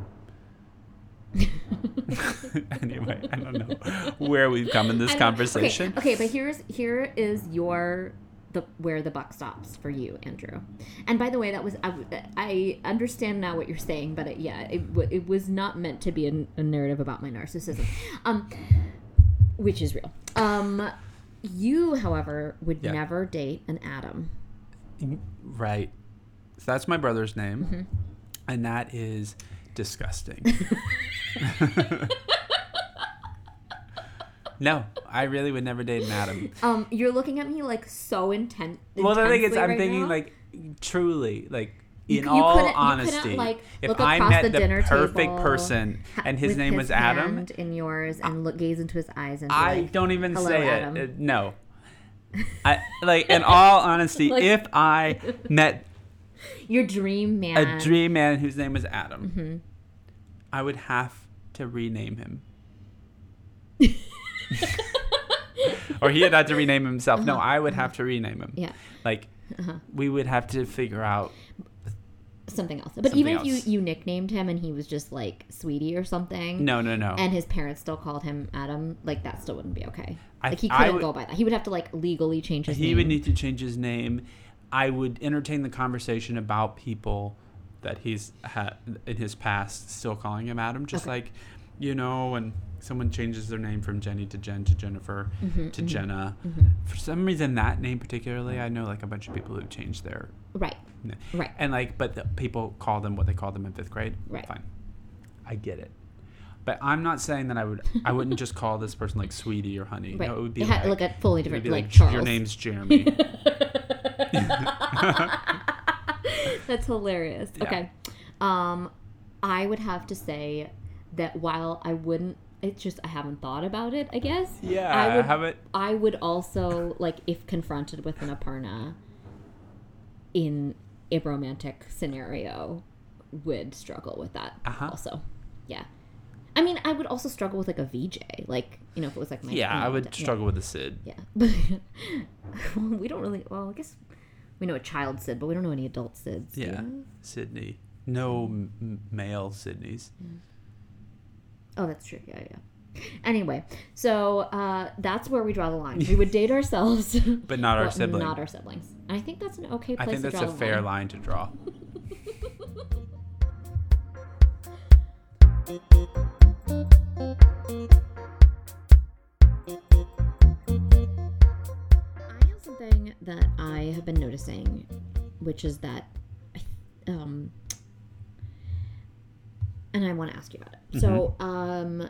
Speaker 2: anyway, I don't know where we've come in this
Speaker 1: I don't-
Speaker 2: conversation.
Speaker 1: Okay, okay, but here's here is your the where the buck stops for you, Andrew. And by the way, that was I, I understand now what you're saying, but it, yeah, it, wa- it was not meant to be a, a narrative about my narcissism, um, which is real. Um, you, however, would
Speaker 2: Yeah.
Speaker 1: never date an Adam.
Speaker 2: Right. So that's my brother's name,
Speaker 1: Mm-hmm.
Speaker 2: and that is disgusting. no, I really would never date an Adam.
Speaker 1: Um, you're looking at me like so intent.
Speaker 2: Well, the thing is,
Speaker 1: intensely
Speaker 2: I'm
Speaker 1: right
Speaker 2: thinking
Speaker 1: now.
Speaker 2: like truly, like in
Speaker 1: you
Speaker 2: all
Speaker 1: couldn't- you couldn't,
Speaker 2: honesty,
Speaker 1: like,
Speaker 2: if
Speaker 1: look
Speaker 2: I
Speaker 1: across
Speaker 2: met
Speaker 1: the
Speaker 2: the,
Speaker 1: dinner
Speaker 2: perfect
Speaker 1: table,
Speaker 2: person
Speaker 1: Ha-
Speaker 2: and his
Speaker 1: with
Speaker 2: name was Adam,
Speaker 1: hand in yours and look gaze into his eyes and be
Speaker 2: I
Speaker 1: like,
Speaker 2: don't even
Speaker 1: "Hello,
Speaker 2: say
Speaker 1: Adam."
Speaker 2: it. Uh, No. I, like in all honesty,
Speaker 1: Like-
Speaker 2: if I met
Speaker 1: your dream man.
Speaker 2: a dream man whose name was Adam, I would have to rename him. or he had had to rename himself. No, I would have to rename him.
Speaker 1: Yeah,
Speaker 2: Like, we would have to figure out.
Speaker 1: something else. But even
Speaker 2: Something
Speaker 1: if
Speaker 2: else.
Speaker 1: you you nicknamed him and he was just like sweetie or something,
Speaker 2: No, no, no.
Speaker 1: and his parents still called him Adam, like that still wouldn't be okay.
Speaker 2: I-
Speaker 1: like he
Speaker 2: I
Speaker 1: couldn't
Speaker 2: would-
Speaker 1: go by that. He would have to like legally change his
Speaker 2: he
Speaker 1: name.
Speaker 2: would need to change his name. I would entertain the conversation about people that he's had in his past still calling him Adam, just
Speaker 1: Okay.
Speaker 2: like you know when someone changes their name from Jenny to Jen to Jennifer
Speaker 1: Mm-hmm,
Speaker 2: to Jenna. For some reason, that name particularly, I know like a bunch of people who've changed their
Speaker 1: right,
Speaker 2: name,
Speaker 1: right.
Speaker 2: and like, but the people call them what they call them in fifth grade.
Speaker 1: Right.
Speaker 2: Fine, I get it. But I'm not saying that I would. I wouldn't just call this person like sweetie or honey.
Speaker 1: Right.
Speaker 2: No, it would be
Speaker 1: it had,
Speaker 2: like,
Speaker 1: like a fully
Speaker 2: it would
Speaker 1: different,
Speaker 2: be
Speaker 1: like,
Speaker 2: like,
Speaker 1: Charles.
Speaker 2: your name's Jeremy.
Speaker 1: That's hilarious.
Speaker 2: Yeah.
Speaker 1: Okay. Um, I would have to say that while I wouldn't, it's just I haven't thought about it. I guess.
Speaker 2: Yeah,
Speaker 1: I would.
Speaker 2: have it.
Speaker 1: I would also like if confronted with an Aparna in a romantic scenario, would struggle with that.
Speaker 2: Uh-huh.
Speaker 1: Also, yeah. I mean, I would also struggle with like a VJ, like you know, if it was like my
Speaker 2: Yeah,
Speaker 1: my
Speaker 2: I would
Speaker 1: dad-
Speaker 2: struggle with a Sid.
Speaker 1: Yeah, but well, we don't really. Well, I guess we know a child Sid, but we don't know any adult Sids. do
Speaker 2: Yeah,
Speaker 1: we?
Speaker 2: Sydney. No m- m- male Sydneys.
Speaker 1: Oh, that's true. Yeah, yeah. Anyway, so uh, that's where we draw the line. We would date ourselves,
Speaker 2: But not our
Speaker 1: but
Speaker 2: sibling.
Speaker 1: Not our siblings. And I think that's an okay
Speaker 2: I
Speaker 1: place
Speaker 2: think
Speaker 1: to
Speaker 2: that's
Speaker 1: draw
Speaker 2: a
Speaker 1: the
Speaker 2: fair
Speaker 1: line.
Speaker 2: line to draw.
Speaker 1: I have something that I have been noticing, which is that, um, and I want to ask you about it. So, um,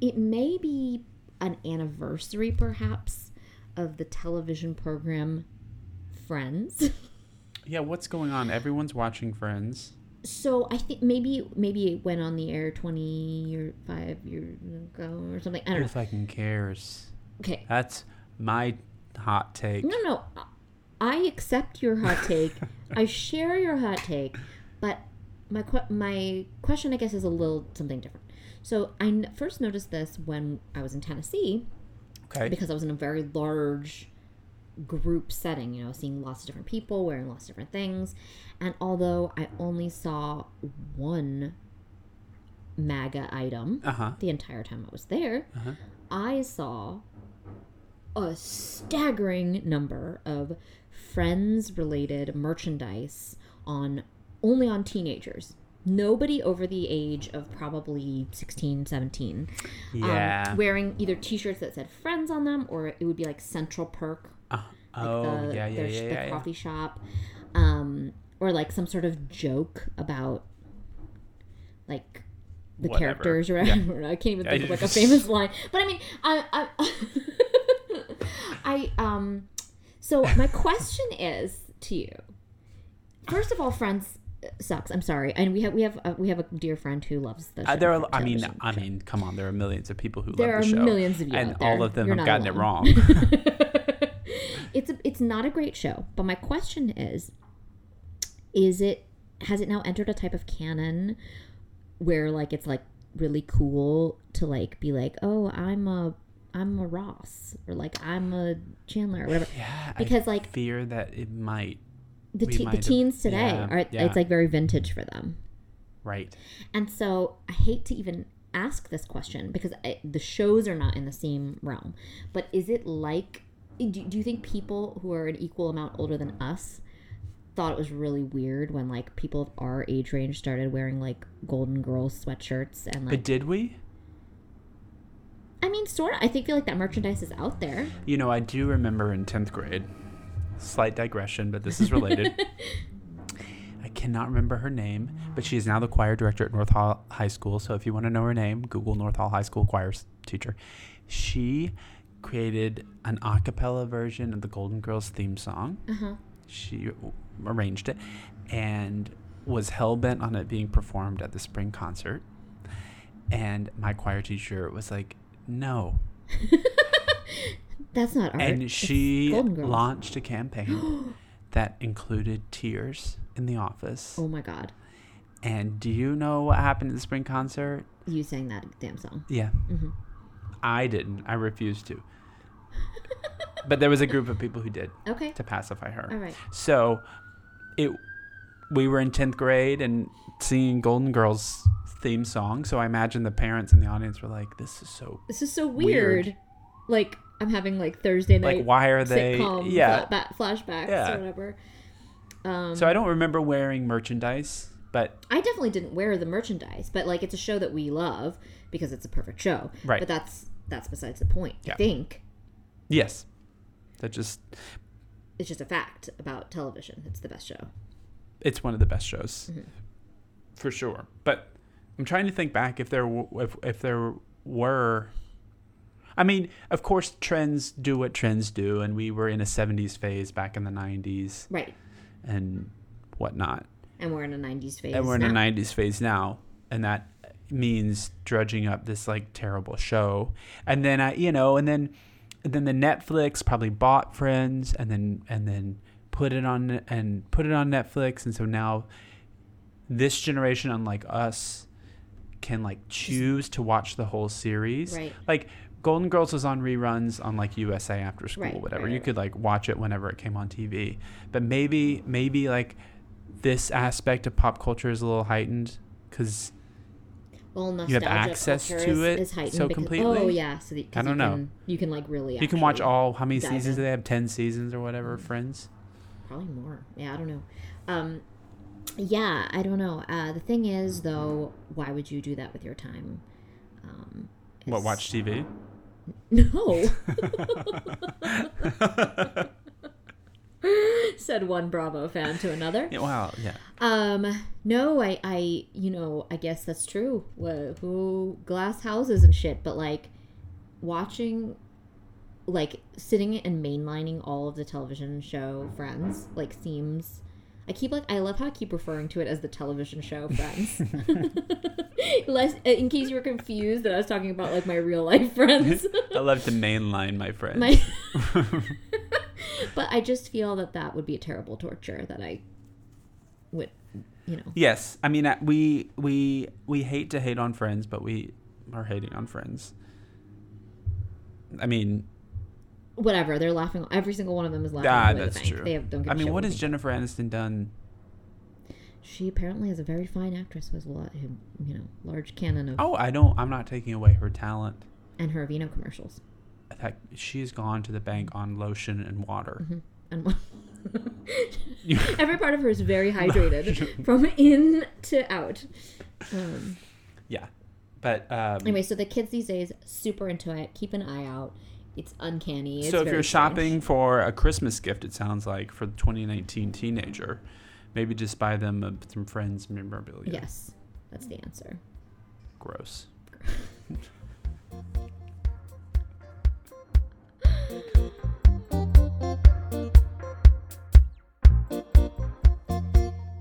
Speaker 1: it may be an anniversary, perhaps, of the television program Friends.
Speaker 2: Yeah, what's going on? Everyone's watching Friends.
Speaker 1: so I think maybe maybe it went on the air twenty or five years ago or something. I don't
Speaker 2: Who
Speaker 1: know.
Speaker 2: fucking cares?
Speaker 1: Okay,
Speaker 2: That's my hot take.
Speaker 1: No, no. I accept your hot take. I share your hot take, but my que- my question, I guess, is a little something different. So I n- first noticed this when I was in Tennessee
Speaker 2: Okay.
Speaker 1: because I was in a very large group setting, you know, seeing lots of different people, wearing lots of different things. And although I only saw one MAGA item
Speaker 2: Uh huh.
Speaker 1: um, the entire time I was there,
Speaker 2: Uh-huh.
Speaker 1: I saw a staggering number of friends related merchandise on only on teenagers. Nobody over the age of probably 16, 17 um,
Speaker 2: Yeah.
Speaker 1: wearing either t shirts that said friends on them or it would be like Central Perk
Speaker 2: Uh, oh
Speaker 1: the,
Speaker 2: yeah, yeah,
Speaker 1: their,
Speaker 2: yeah,
Speaker 1: the
Speaker 2: yeah, yeah.
Speaker 1: coffee shop, um, or like some sort of joke about like the
Speaker 2: Whatever.
Speaker 1: characters. Or, I can't even
Speaker 2: Yeah,
Speaker 1: think of
Speaker 2: you-
Speaker 1: like a famous line. But I mean, I, I, I um, so my question is to you. First of all, Friends sucks. I'm sorry, and we have we have a, we have a dear friend who loves the.
Speaker 2: Uh,
Speaker 1: show,
Speaker 2: there are, I mean,
Speaker 1: television
Speaker 2: I mean, come on. There are millions of people who
Speaker 1: there
Speaker 2: love
Speaker 1: are
Speaker 2: the show,
Speaker 1: millions of you
Speaker 2: and
Speaker 1: out there.
Speaker 2: all of them
Speaker 1: You're
Speaker 2: have
Speaker 1: not
Speaker 2: gotten
Speaker 1: alone.
Speaker 2: it wrong.
Speaker 1: it's a, it's not a great show, but my question is is it has it now entered a type of canon where like it's like really cool to like be like, "Oh, I'm a I'm a Ross" or like I'm a Chandler or whatever.
Speaker 2: yeah, I
Speaker 1: Because like
Speaker 2: fear that it might.
Speaker 1: the
Speaker 2: we
Speaker 1: te-
Speaker 2: might
Speaker 1: the
Speaker 2: have-
Speaker 1: teens today
Speaker 2: yeah,
Speaker 1: are
Speaker 2: yeah.
Speaker 1: it's like very vintage for them.
Speaker 2: Right.
Speaker 1: And so I hate to even ask this question because I, the shows are not in the same realm. But is it like, do, do you think people who are an equal amount older than us thought it was really weird when like people of our age range started wearing like Golden Girls sweatshirts and
Speaker 2: But
Speaker 1: like,
Speaker 2: did we?
Speaker 1: I mean, sort of. I think feel like that merchandise is out there.
Speaker 2: You know, I do remember in 10th grade, slight digression, but this is related. I cannot remember her name, but she is now the choir director at North Hall High School. So if you want to know her name, Google North Hall High School choir s- teacher. She created an a cappella version of the Golden Girls theme song.
Speaker 1: Uh-huh.
Speaker 2: She w- arranged it and was hell bent on it being performed at the spring concert. And my choir teacher was like, no,
Speaker 1: That's not art.
Speaker 2: and
Speaker 1: It's
Speaker 2: she
Speaker 1: Golden Girls.
Speaker 2: launched a campaign that included tears in the office.
Speaker 1: oh my god,
Speaker 2: And do you know what happened at the spring concert?
Speaker 1: you sang that damn song.
Speaker 2: Yeah.
Speaker 1: Mhm.
Speaker 2: I didn't. I refused to. but there was a group of people who did
Speaker 1: Okay,
Speaker 2: to pacify her.
Speaker 1: all right.
Speaker 2: So it we were in 10th grade and singing Golden Girls theme song. So I imagine the parents in the audience were like, this is so
Speaker 1: This is so
Speaker 2: Weird.
Speaker 1: weird. Like I'm having like Thursday night
Speaker 2: like why are they
Speaker 1: sitcom
Speaker 2: yeah
Speaker 1: fla- ba- flashbacks
Speaker 2: Yeah.
Speaker 1: or whatever. Um,
Speaker 2: so i don't remember wearing merchandise but
Speaker 1: I definitely didn't wear the merchandise, but like it's a show that we love because it's a perfect show.
Speaker 2: Right.
Speaker 1: But that's that's besides the point.
Speaker 2: Yeah.
Speaker 1: I think
Speaker 2: Yes. That just
Speaker 1: it's just a fact about television. It's the best show.
Speaker 2: it's one of the best shows. For sure. But I'm trying to think back if there w- if if there were I mean, of course trends do what trends do and we were in a 70s phase back in the 90s
Speaker 1: Right.
Speaker 2: and whatnot.
Speaker 1: And we're in a '90s phase.
Speaker 2: and we're in
Speaker 1: now.
Speaker 2: a 90s phase now and that means drudging up this like terrible show and then i you know and then and then the netflix probably bought friends and then and then put it on and put it on netflix and so now this generation unlike us can like choose to watch the whole series
Speaker 1: Right.
Speaker 2: like golden girls was on reruns on like usa after school
Speaker 1: Right,
Speaker 2: whatever
Speaker 1: right,
Speaker 2: you
Speaker 1: right.
Speaker 2: could like watch it whenever it came on tv but maybe maybe like this aspect of pop culture is a little heightened because
Speaker 1: Well, nostalgia
Speaker 2: you have access
Speaker 1: culture
Speaker 2: to
Speaker 1: is-
Speaker 2: it
Speaker 1: is heightened
Speaker 2: so
Speaker 1: because,
Speaker 2: completely?
Speaker 1: Oh yeah. So that, 'cause
Speaker 2: I don't
Speaker 1: you
Speaker 2: know.
Speaker 1: Can, you can like really.
Speaker 2: you can watch
Speaker 1: actually-
Speaker 2: all how many
Speaker 1: dive
Speaker 2: seasons
Speaker 1: in. Mm.
Speaker 2: do they have 10 seasons or whatever friends
Speaker 1: probably more yeah i don't know um yeah i don't know uh the thing is though why would you do that with your time um
Speaker 2: what
Speaker 1: it's-
Speaker 2: watch tv
Speaker 1: no said one bravo fan to another
Speaker 2: yeah, wow yeah
Speaker 1: um no i i you know i guess that's true Wha- who glass houses and shit but like watching like sitting and mainlining all of the television show friends like seems i keep like i love how i keep referring to it as the television show friends Less, in case you were confused that i was talking about like my real life friends
Speaker 2: i love to mainline my friends
Speaker 1: my but i just feel that that would be a terrible torture that i would you know
Speaker 2: yes i mean I- we we we hate to hate on friends but we are hating on friends i mean
Speaker 1: whatever they're laughing every single one of them is laughing
Speaker 2: ah,
Speaker 1: all the way to
Speaker 2: that's
Speaker 1: the bank.
Speaker 2: true
Speaker 1: they have, don't give
Speaker 2: i
Speaker 1: a
Speaker 2: mean
Speaker 1: shit
Speaker 2: what
Speaker 1: we
Speaker 2: has
Speaker 1: think.
Speaker 2: jennifer aniston done
Speaker 1: she apparently is a very fine actress with a lot you know large canon of
Speaker 2: oh i don't i'm not taking away her talent
Speaker 1: and her Aveeno commercials
Speaker 2: that she's gone to the bank on lotion and water.
Speaker 1: And one. Every part of her is very hydrated from in to out. Um,
Speaker 2: Yeah, but um,
Speaker 1: anyway, so the kids these days super into it. Keep an eye out. It's uncanny. It's
Speaker 2: so if
Speaker 1: very
Speaker 2: you're
Speaker 1: strange.
Speaker 2: shopping for a Christmas gift, it sounds like for the 2019 teenager, maybe just buy them uh, some friends memorabilia.
Speaker 1: yes, that's the answer.
Speaker 2: Gross.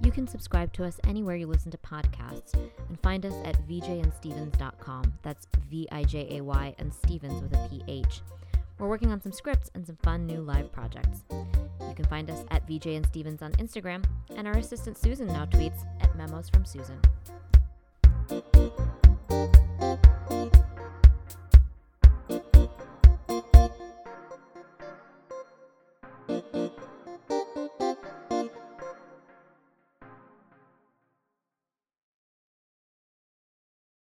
Speaker 1: You can subscribe to us anywhere you listen to podcasts and find us at vjandstevens.com. That's V I J A Y and Stevens with a PH. We're working on some scripts and some fun new live projects. You can find us at VJ and Stevens on Instagram, and our assistant Susan now tweets at Memos from Susan.